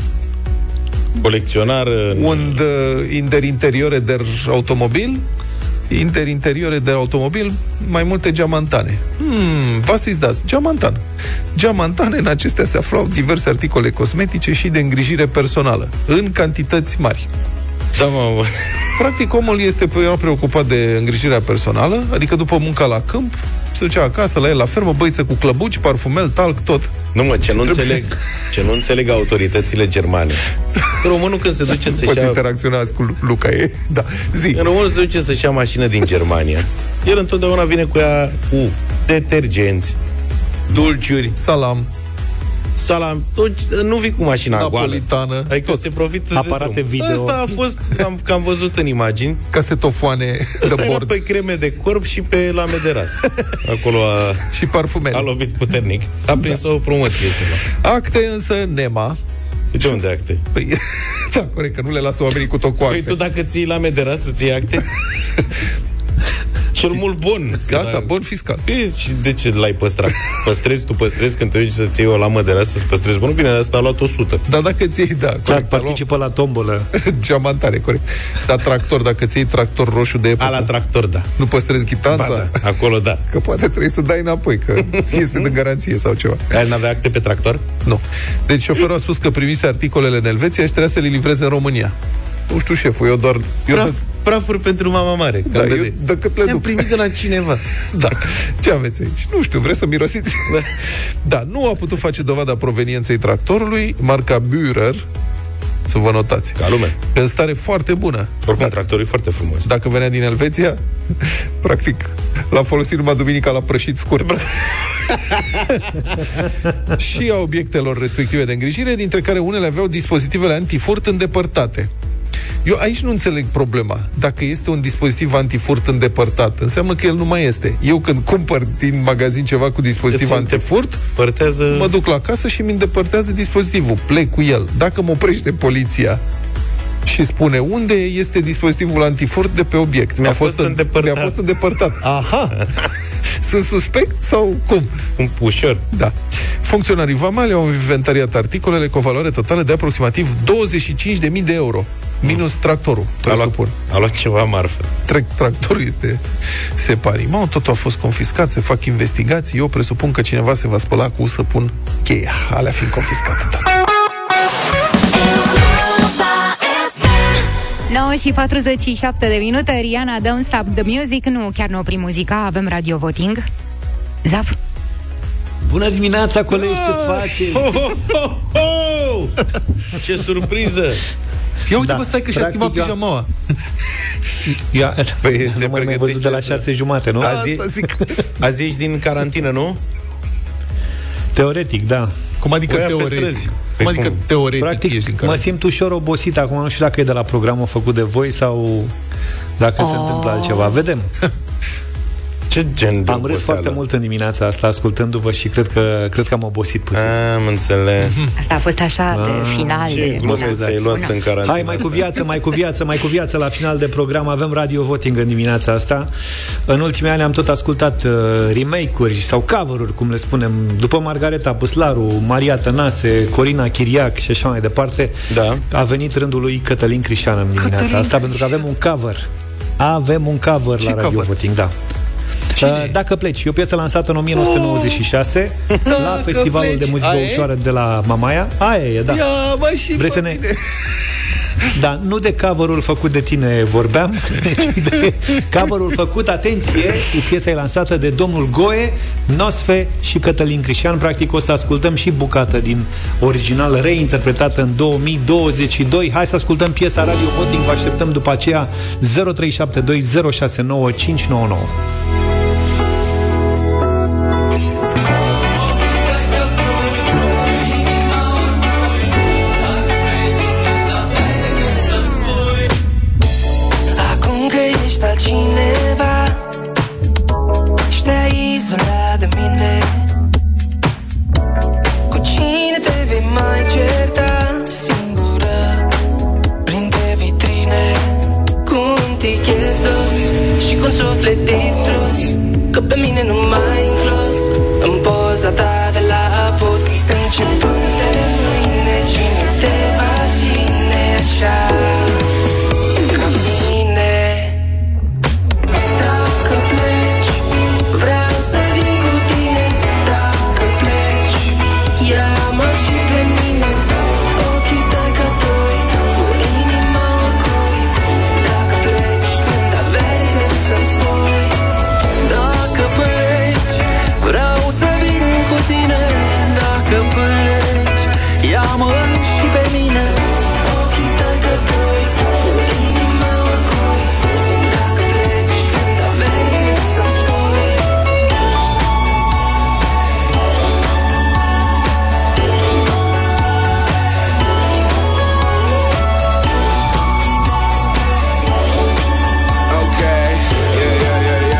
Speaker 4: Colecționar în...
Speaker 3: und uh, interinteriore der automobil, interinteriore der automobil, mai multe geamantane. Hmm, vă să-i dați? Geamantan. Geamantane, în acestea se aflau diverse articole cosmetice și de îngrijire personală, în cantități mari.
Speaker 4: Da, mă,
Speaker 3: Practic, omul este pe- era preocupat de îngrijirea personală, adică după munca la câmp, se ducea acasă la el la fermă, băiță cu clăbuci, parfumel, talc, tot.
Speaker 4: Nu mă, ce nu,
Speaker 3: Trebuie-
Speaker 4: înțeleg, ce nu înțeleg autoritățile germane. Românul când se duce să-și
Speaker 3: Poți
Speaker 4: ia...
Speaker 3: interacționa cu Lu- Luca, e... Da, zi.
Speaker 4: Românul se duce să-și ia mașină din Germania. El întotdeauna vine cu ea cu detergenți, dulciuri,
Speaker 3: salam,
Speaker 4: salam, tot- nu vii cu mașina goală.
Speaker 3: Napolitană,
Speaker 4: Adică tot. se profită
Speaker 5: Aparate
Speaker 4: de drum.
Speaker 5: video.
Speaker 4: Asta a fost, am, că am văzut în imagini,
Speaker 3: casetofoane de
Speaker 4: Asta era
Speaker 3: bord
Speaker 4: pe creme de corp și pe lame de ras. Acolo a,
Speaker 3: și parfumele.
Speaker 4: a lovit puternic. A prins o promoție ceva.
Speaker 3: Acte însă nema.
Speaker 4: De unde acte?
Speaker 3: Păi, da, corect, că nu le lasă oamenii cu tot cu acte.
Speaker 4: Păi tu dacă ții lame de ras, îți iei acte? Cel mult bun.
Speaker 3: Că asta, bun fiscal.
Speaker 4: E, și de ce l-ai păstrat? Păstrezi, tu păstrezi când te duci să-ți iei o lamă de ras să-ți păstrezi bunul? Bine, asta a luat 100.
Speaker 3: Dar dacă ți iei, da,
Speaker 5: Clar,
Speaker 3: corect, particip...
Speaker 5: participă la tombolă.
Speaker 3: geamantare, corect. Dar tractor, dacă ți iei tractor roșu de
Speaker 4: A
Speaker 3: epocă,
Speaker 4: la tractor, da.
Speaker 3: nu păstrezi
Speaker 4: Ba,
Speaker 3: ghitanța,
Speaker 4: da. Acolo, da.
Speaker 3: că poate trebuie să dai înapoi, că iese din garanție sau ceva.
Speaker 4: El n-avea acte pe tractor?
Speaker 3: Nu. Deci șoferul a spus că primise articolele în Elveția și trebuia să le livreze în România. Nu știu, șeful, eu doar... Eu
Speaker 4: Praf, prafuri pentru mama mare.
Speaker 3: da,
Speaker 4: cam de-
Speaker 3: eu, de cât le
Speaker 4: Le-am
Speaker 3: duc.
Speaker 4: primit de la cineva.
Speaker 3: Da. Ce aveți aici? Nu știu, vreți să mirosiți? Da, nu a putut face dovada provenienței tractorului, marca Bührer, să vă notați.
Speaker 4: Ca lume.
Speaker 3: În stare foarte bună.
Speaker 4: Oricum, tractorul e foarte frumos.
Speaker 3: Dacă venea din Elveția, practic, l-a folosit numai duminica la prășit scurt. și a obiectelor respective de îngrijire, dintre care unele aveau dispozitivele antifurt îndepărtate. Eu aici nu înțeleg problema. Dacă este un dispozitiv antifurt îndepărtat, înseamnă că el nu mai este. Eu când cumpăr din magazin ceva cu dispozitiv
Speaker 4: Îți
Speaker 3: antifurt,
Speaker 4: Părtează...
Speaker 3: mă duc la casă și mi îndepărtează dispozitivul. Plec cu el. Dacă mă oprește poliția și spune unde este dispozitivul antifurt de pe obiect.
Speaker 4: Mi-a
Speaker 3: A
Speaker 4: fost îndepărtat.
Speaker 3: Mi-a fost îndepărtat. Aha! Sunt suspect sau cum?
Speaker 4: Un ușor.
Speaker 3: Da. Funcționarii vamali au inventariat articolele cu o valoare totală de aproximativ 25.000 de euro. Minus tractorul,
Speaker 4: A luat,
Speaker 3: presupun.
Speaker 4: a luat ceva marfă.
Speaker 3: Trec, tractorul este separimau, totul a fost confiscat, se fac investigații, eu presupun că cineva se va spăla cu să pun cheia, alea fiind confiscate. Da.
Speaker 2: 9 și 47 de minute, Riana, don't stop the music. Nu, chiar nu oprim muzica, avem radio voting. Zaf?
Speaker 5: Bună dimineața, colegi, ce faceți?
Speaker 4: Ho, ho, ho, ho! Ce surpriză!
Speaker 3: Ia uite, da.
Speaker 5: Da.
Speaker 3: bă, stai că și-a
Speaker 5: Practic,
Speaker 3: schimbat
Speaker 5: eu-
Speaker 3: pijamaua.
Speaker 5: Ia,
Speaker 4: Păi,
Speaker 5: nu
Speaker 4: se
Speaker 5: m-am mai
Speaker 4: pregătește
Speaker 5: văzut de la
Speaker 4: să-
Speaker 5: șase jumate, nu?
Speaker 4: Azi,
Speaker 3: Asta zic.
Speaker 4: azi ești din carantină, nu?
Speaker 5: Teoretic, da.
Speaker 3: Cum adică
Speaker 4: Oia pe străzi.
Speaker 3: teoretic?
Speaker 4: Păi
Speaker 3: Cum adică
Speaker 4: cum?
Speaker 3: teoretic
Speaker 5: Practic,
Speaker 3: ești în
Speaker 5: mă
Speaker 3: care?
Speaker 5: simt ușor obosit acum, nu știu dacă e de la programul făcut de voi sau dacă se întâmplă altceva. Vedem.
Speaker 4: Ce gen de
Speaker 5: Am râs
Speaker 4: oboseală?
Speaker 5: foarte mult în dimineața asta ascultându-vă și cred că, cred că am obosit puțin.
Speaker 4: Am înțeles.
Speaker 2: Asta a fost așa de final.
Speaker 4: Ce
Speaker 2: de
Speaker 4: glume
Speaker 2: emoționant.
Speaker 4: ți-ai luat în carantină
Speaker 5: Hai mai cu
Speaker 4: asta?
Speaker 5: viață, mai cu viață, mai cu viață La final de program avem radio voting în dimineața asta În ultimii ani am tot ascultat uh, remake-uri sau cover-uri Cum le spunem, după Margareta Buslaru Maria Tănase, Corina Chiriac și așa mai departe
Speaker 4: Da.
Speaker 5: A venit rândul lui Cătălin Crișan în dimineața
Speaker 3: Cătălin
Speaker 5: asta Pentru că avem un cover avem un cover
Speaker 3: Ce
Speaker 5: la radio
Speaker 3: cover?
Speaker 5: voting, da.
Speaker 3: Cine
Speaker 5: Uh,
Speaker 3: e? Oh!
Speaker 5: Dacă pleci, e o piesă lansată în 1996 la Festivalul
Speaker 3: pleci,
Speaker 5: de Muzică
Speaker 3: aia e?
Speaker 5: Ușoară de la Mamaia. Aia e, da.
Speaker 3: Ia, mă, și
Speaker 5: Vrei
Speaker 3: pe
Speaker 5: să ne-
Speaker 3: mine.
Speaker 5: Da, nu de cover-ul făcut de tine vorbeam, ci de cover-ul făcut, atenție, piesa e lansată de domnul Goe, Nosfe și Cătălin Crișan. Practic o să ascultăm și bucată din original reinterpretată în 2022. Hai să ascultăm piesa Radio Voting, vă așteptăm după aceea 0372 069 599.
Speaker 7: Acum că ești altcineva Și te-ai izolat de mine Cu cine te vei mai certa Singură Printre vitrine Cu un tichet dos Și cu un suflet distrus Că pe mine nu mai
Speaker 6: mă și pe mine Ochii tăi ca doi Cu inima în cui Dacă pleci când aveai de să-mi spui Dacă pleci Vreau să vin cu tine Dacă pleci Ia-mă și pe mine Ochii tăi ca doi Cu inima în cui Dacă pleci când aveai de să-mi spui
Speaker 16: Okay. Yeah, yeah, yeah,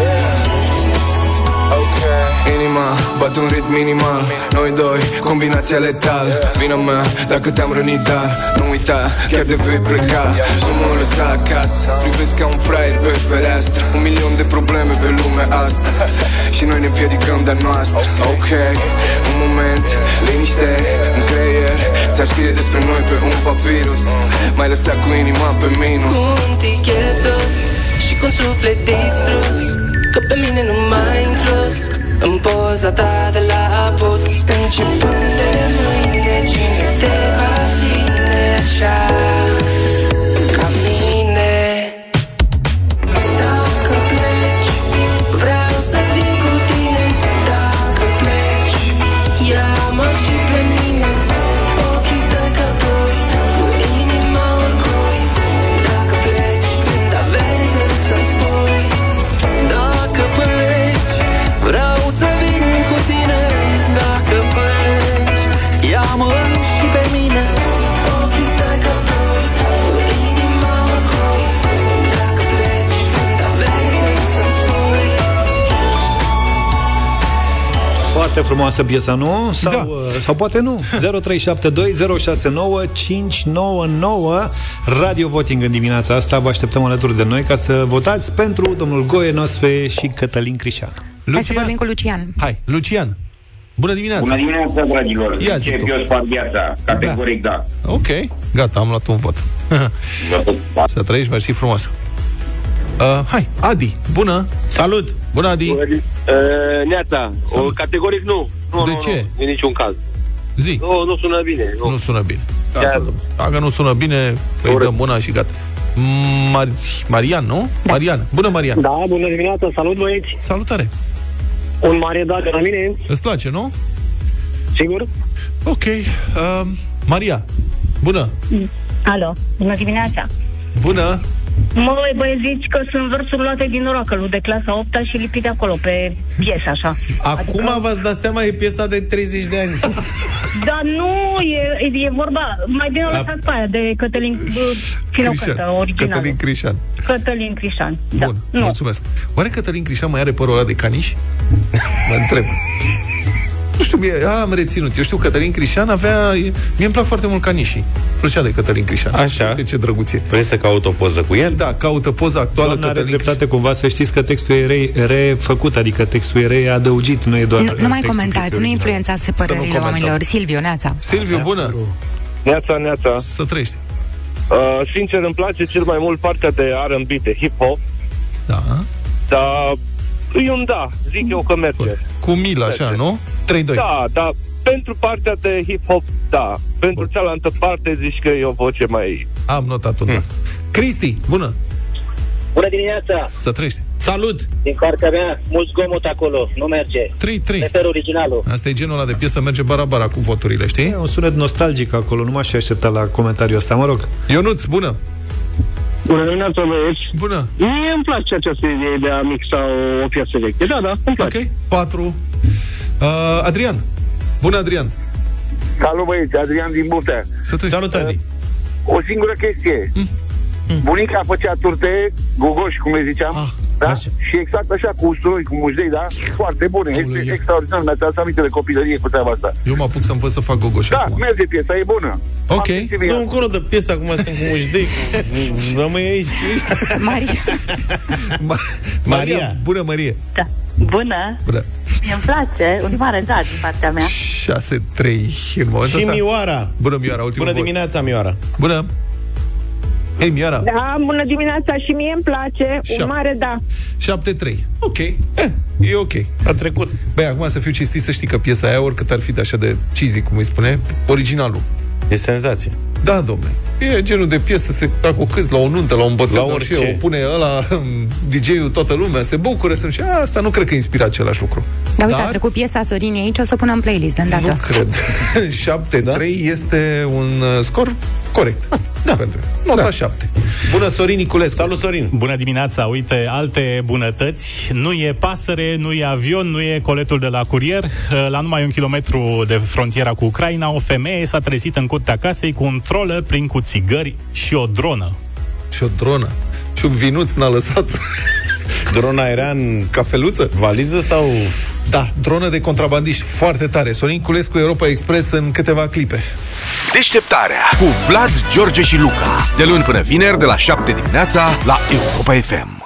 Speaker 16: yeah. Okay. Inima bat un ritm minimal Noi doi, combinația letal Vina mea, dacă te-am rănit, da Nu uita, chiar de vei pleca Nu mă lăsa acasă Privesc ca un fraier pe fereastră Un milion de probleme pe lumea asta Și noi ne împiedicăm de-a noastră Ok, un moment, liniște în creier Ți-aș scrie despre noi pe un papirus Mai lăsa cu inima pe minus
Speaker 6: Cu un tichet dos și cu un suflet distrus Că pe mine nu mai inclus În poza ta de la apus Începând de mâine Cine te va ține așa Ca mine Dacă pleci Vreau să vin cu tine Dacă pleci Ia-mă și pe mine Ochii tăi ca doi Cu inima oricui Dacă pleci când aveai gând să-mi spui Dacă pleci Vreau să vin cu tine Dacă pleci Ia-mă și pe mine Ochii tăi ca doi Cu inima oricui Dacă pleci când aveai gând să-mi spui
Speaker 5: Foarte frumoasă piesa, nu? Sau, da. sau poate nu. 0372069599 Radio Voting în dimineața asta. Vă așteptăm alături de noi ca să votați pentru domnul Goe Nosfe și Cătălin Crișan.
Speaker 2: Hai să vorbim cu Lucian.
Speaker 3: Hai, Lucian. Bună dimineața.
Speaker 17: Bună dimineața, dragilor!
Speaker 3: Ia zi
Speaker 17: Încep
Speaker 3: tu.
Speaker 17: eu spart viața, categoric da.
Speaker 3: Ok, gata, am luat un vot. Să trăiești, mersi frumos. Uh, hai, Adi, bună! Salut! Bună, Adi!
Speaker 18: Uh, neața, o, categoric nu. nu
Speaker 3: De
Speaker 18: nu,
Speaker 3: ce?
Speaker 18: Nu, în niciun caz.
Speaker 3: Zi.
Speaker 18: Nu, nu sună bine. Nu. Da.
Speaker 3: Nu sună bine. Gata, domnule. Dacă nu sună bine, îi dăm mâna și gata. Mar- Marian, nu? Marian. Bună, Marian.
Speaker 19: Da, bună dimineața, salut băieți!
Speaker 3: Salutare!
Speaker 19: Un mare da de la mine,
Speaker 3: Îți place, nu?
Speaker 19: sigur?
Speaker 3: Ok. Uh, Maria, bună!
Speaker 20: Alo, bună dimineața!
Speaker 3: Bună!
Speaker 20: Măi, băi, zici că sunt versuri luate din oracălul de clasa 8 și lipite acolo pe piesă, așa.
Speaker 3: Acum
Speaker 5: Adică-
Speaker 3: v-ați dat seama, e piesa de 30 de ani.
Speaker 20: Dar nu, e, e vorba, mai bine o
Speaker 3: La-
Speaker 20: lăsați pe aia de Cătălin Crișan, originalul.
Speaker 3: Cătălin
Speaker 20: Cătălin,
Speaker 3: Crișan.
Speaker 20: Cătălin Crișan. da.
Speaker 3: Bun,
Speaker 20: Nu.
Speaker 3: mulțumesc. Oare Cătălin Crișan mai are părul ăla de caniș? Mă întreb. Nu știu, mie, aia am reținut. Eu știu, Cătălin Crișan avea... Mie îmi plac foarte mult canișii. Plăcea de Cătălin Crișan. Așa. Uite ce drăguție.
Speaker 4: Vrei să caut o poză cu el?
Speaker 3: Da, caută poza actuală
Speaker 5: Doamna are
Speaker 3: Cătălin Crișan.
Speaker 5: dreptate cumva să știți că textul e re- refăcut, adică textul e readăugit, nu e doar...
Speaker 2: Nu, nu mai
Speaker 5: textul piesei
Speaker 2: comentați, nu
Speaker 5: originale.
Speaker 2: influențați părerile
Speaker 5: comentăm.
Speaker 2: oamenilor. Silviu, neața.
Speaker 3: Silviu, bună!
Speaker 11: Neața, neața.
Speaker 3: Să trăiești.
Speaker 11: Uh, sincer, îmi place cel mai mult partea de R&B, de hip-hop. Da. Dar e un da, zic eu că merge.
Speaker 3: Cu Mila, așa, nu? 3-2.
Speaker 11: Da, da. Pentru partea de hip-hop, da. Pentru cealaltă parte, zici că e o voce mai...
Speaker 3: Am notat un da. Cristi, bună!
Speaker 21: Bună dimineața!
Speaker 3: Să trăiești. Salut!
Speaker 21: Din partea mea, mult zgomot acolo, nu merge.
Speaker 3: 3-3.
Speaker 21: Prefer originalul.
Speaker 3: Asta e genul ăla de piesă, merge bara-bara cu voturile, știi?
Speaker 5: E un sunet nostalgic acolo, nu m-aș fi așteptat la comentariul ăsta, mă rog.
Speaker 3: Ionuț, bună!
Speaker 22: Bună dimineața, băieți!
Speaker 3: Bună!
Speaker 22: Mie îmi place această idee de a mixa o, o piesă veche. Da, da, îmi place.
Speaker 3: Ok, 4. Uh, Adrian. Bună, Adrian.
Speaker 23: Salut băieți, Adrian din Buftea.
Speaker 3: Să Uh, treci. Salut, Adi.
Speaker 23: O singură chestie. Bunica făcea turte gogoși, cum le ziceam, da? și exact așa, cu usturoi, cu mușdei, da? Foarte bune, este extraordinar, mi-ați adus aminte de copilărie cu treaba asta.
Speaker 3: Eu mă apuc să învăț să fac gogoș
Speaker 23: Da,
Speaker 3: acum.
Speaker 23: merge piesa, e bună.
Speaker 3: Ok.
Speaker 23: Nu,
Speaker 4: încolo de piesa, acum suntem cu mușdei. Rămâi aici.
Speaker 20: Maria.
Speaker 3: Maria. Bună, Marie.
Speaker 24: Da. Bună!
Speaker 3: Bună.
Speaker 24: Mie îmi place, un mare da din partea mea.
Speaker 3: 6, 3 în momentul
Speaker 4: Și
Speaker 3: ăsta.
Speaker 4: Mioara.
Speaker 3: Bună, Mioara, ultimul
Speaker 4: Bună
Speaker 3: vot.
Speaker 4: dimineața, Mioara.
Speaker 3: Bună. Ei, Miora,
Speaker 9: Da, bună dimineața și mie îmi place.
Speaker 3: Șap-
Speaker 9: Un mare da.
Speaker 3: 7-3. Ok. Eh, e ok. A trecut. Băi, acum să fiu cinstit să știi că piesa aia, oricât ar fi de așa de cheesy, cum îi spune, originalul.
Speaker 25: E senzație.
Speaker 3: Da, domne. E genul de piesă, se dacă o câți la o nuntă, la un botez,
Speaker 25: La
Speaker 3: la orice.
Speaker 25: orice.
Speaker 3: Fie, o pune ăla, DJ-ul, toată lumea, se bucură, să și asta nu cred că inspiră același lucru.
Speaker 2: Dar Da, uite, a trecut piesa Sorinei aici, o să o punem în playlist de
Speaker 3: Nu
Speaker 2: îndată.
Speaker 3: cred. 7-3 da? este un uh, scor corect. Da. Pentru nota da. 7. Bună, Sorin Niculescu.
Speaker 25: Salut, Sorin.
Speaker 4: Bună dimineața. Uite, alte bunătăți. Nu e pasăre, nu e avion, nu e coletul de la curier. Ă, La numai un kilometru de frontiera cu Ucraina, o femeie s-a trezit în curtea casei cu un trolă prin cu țigări și o dronă.
Speaker 3: Și o dronă. Și un vinuț n-a lăsat.
Speaker 25: Drona era în
Speaker 3: cafeluță?
Speaker 25: Valiză sau...
Speaker 3: Da, dronă de contrabandiști foarte tare. Sorin Culescu, Europa Express, în câteva clipe.
Speaker 16: Deșteptarea cu Vlad, George și Luca. De luni până vineri, de la 7 dimineața, la Europa FM.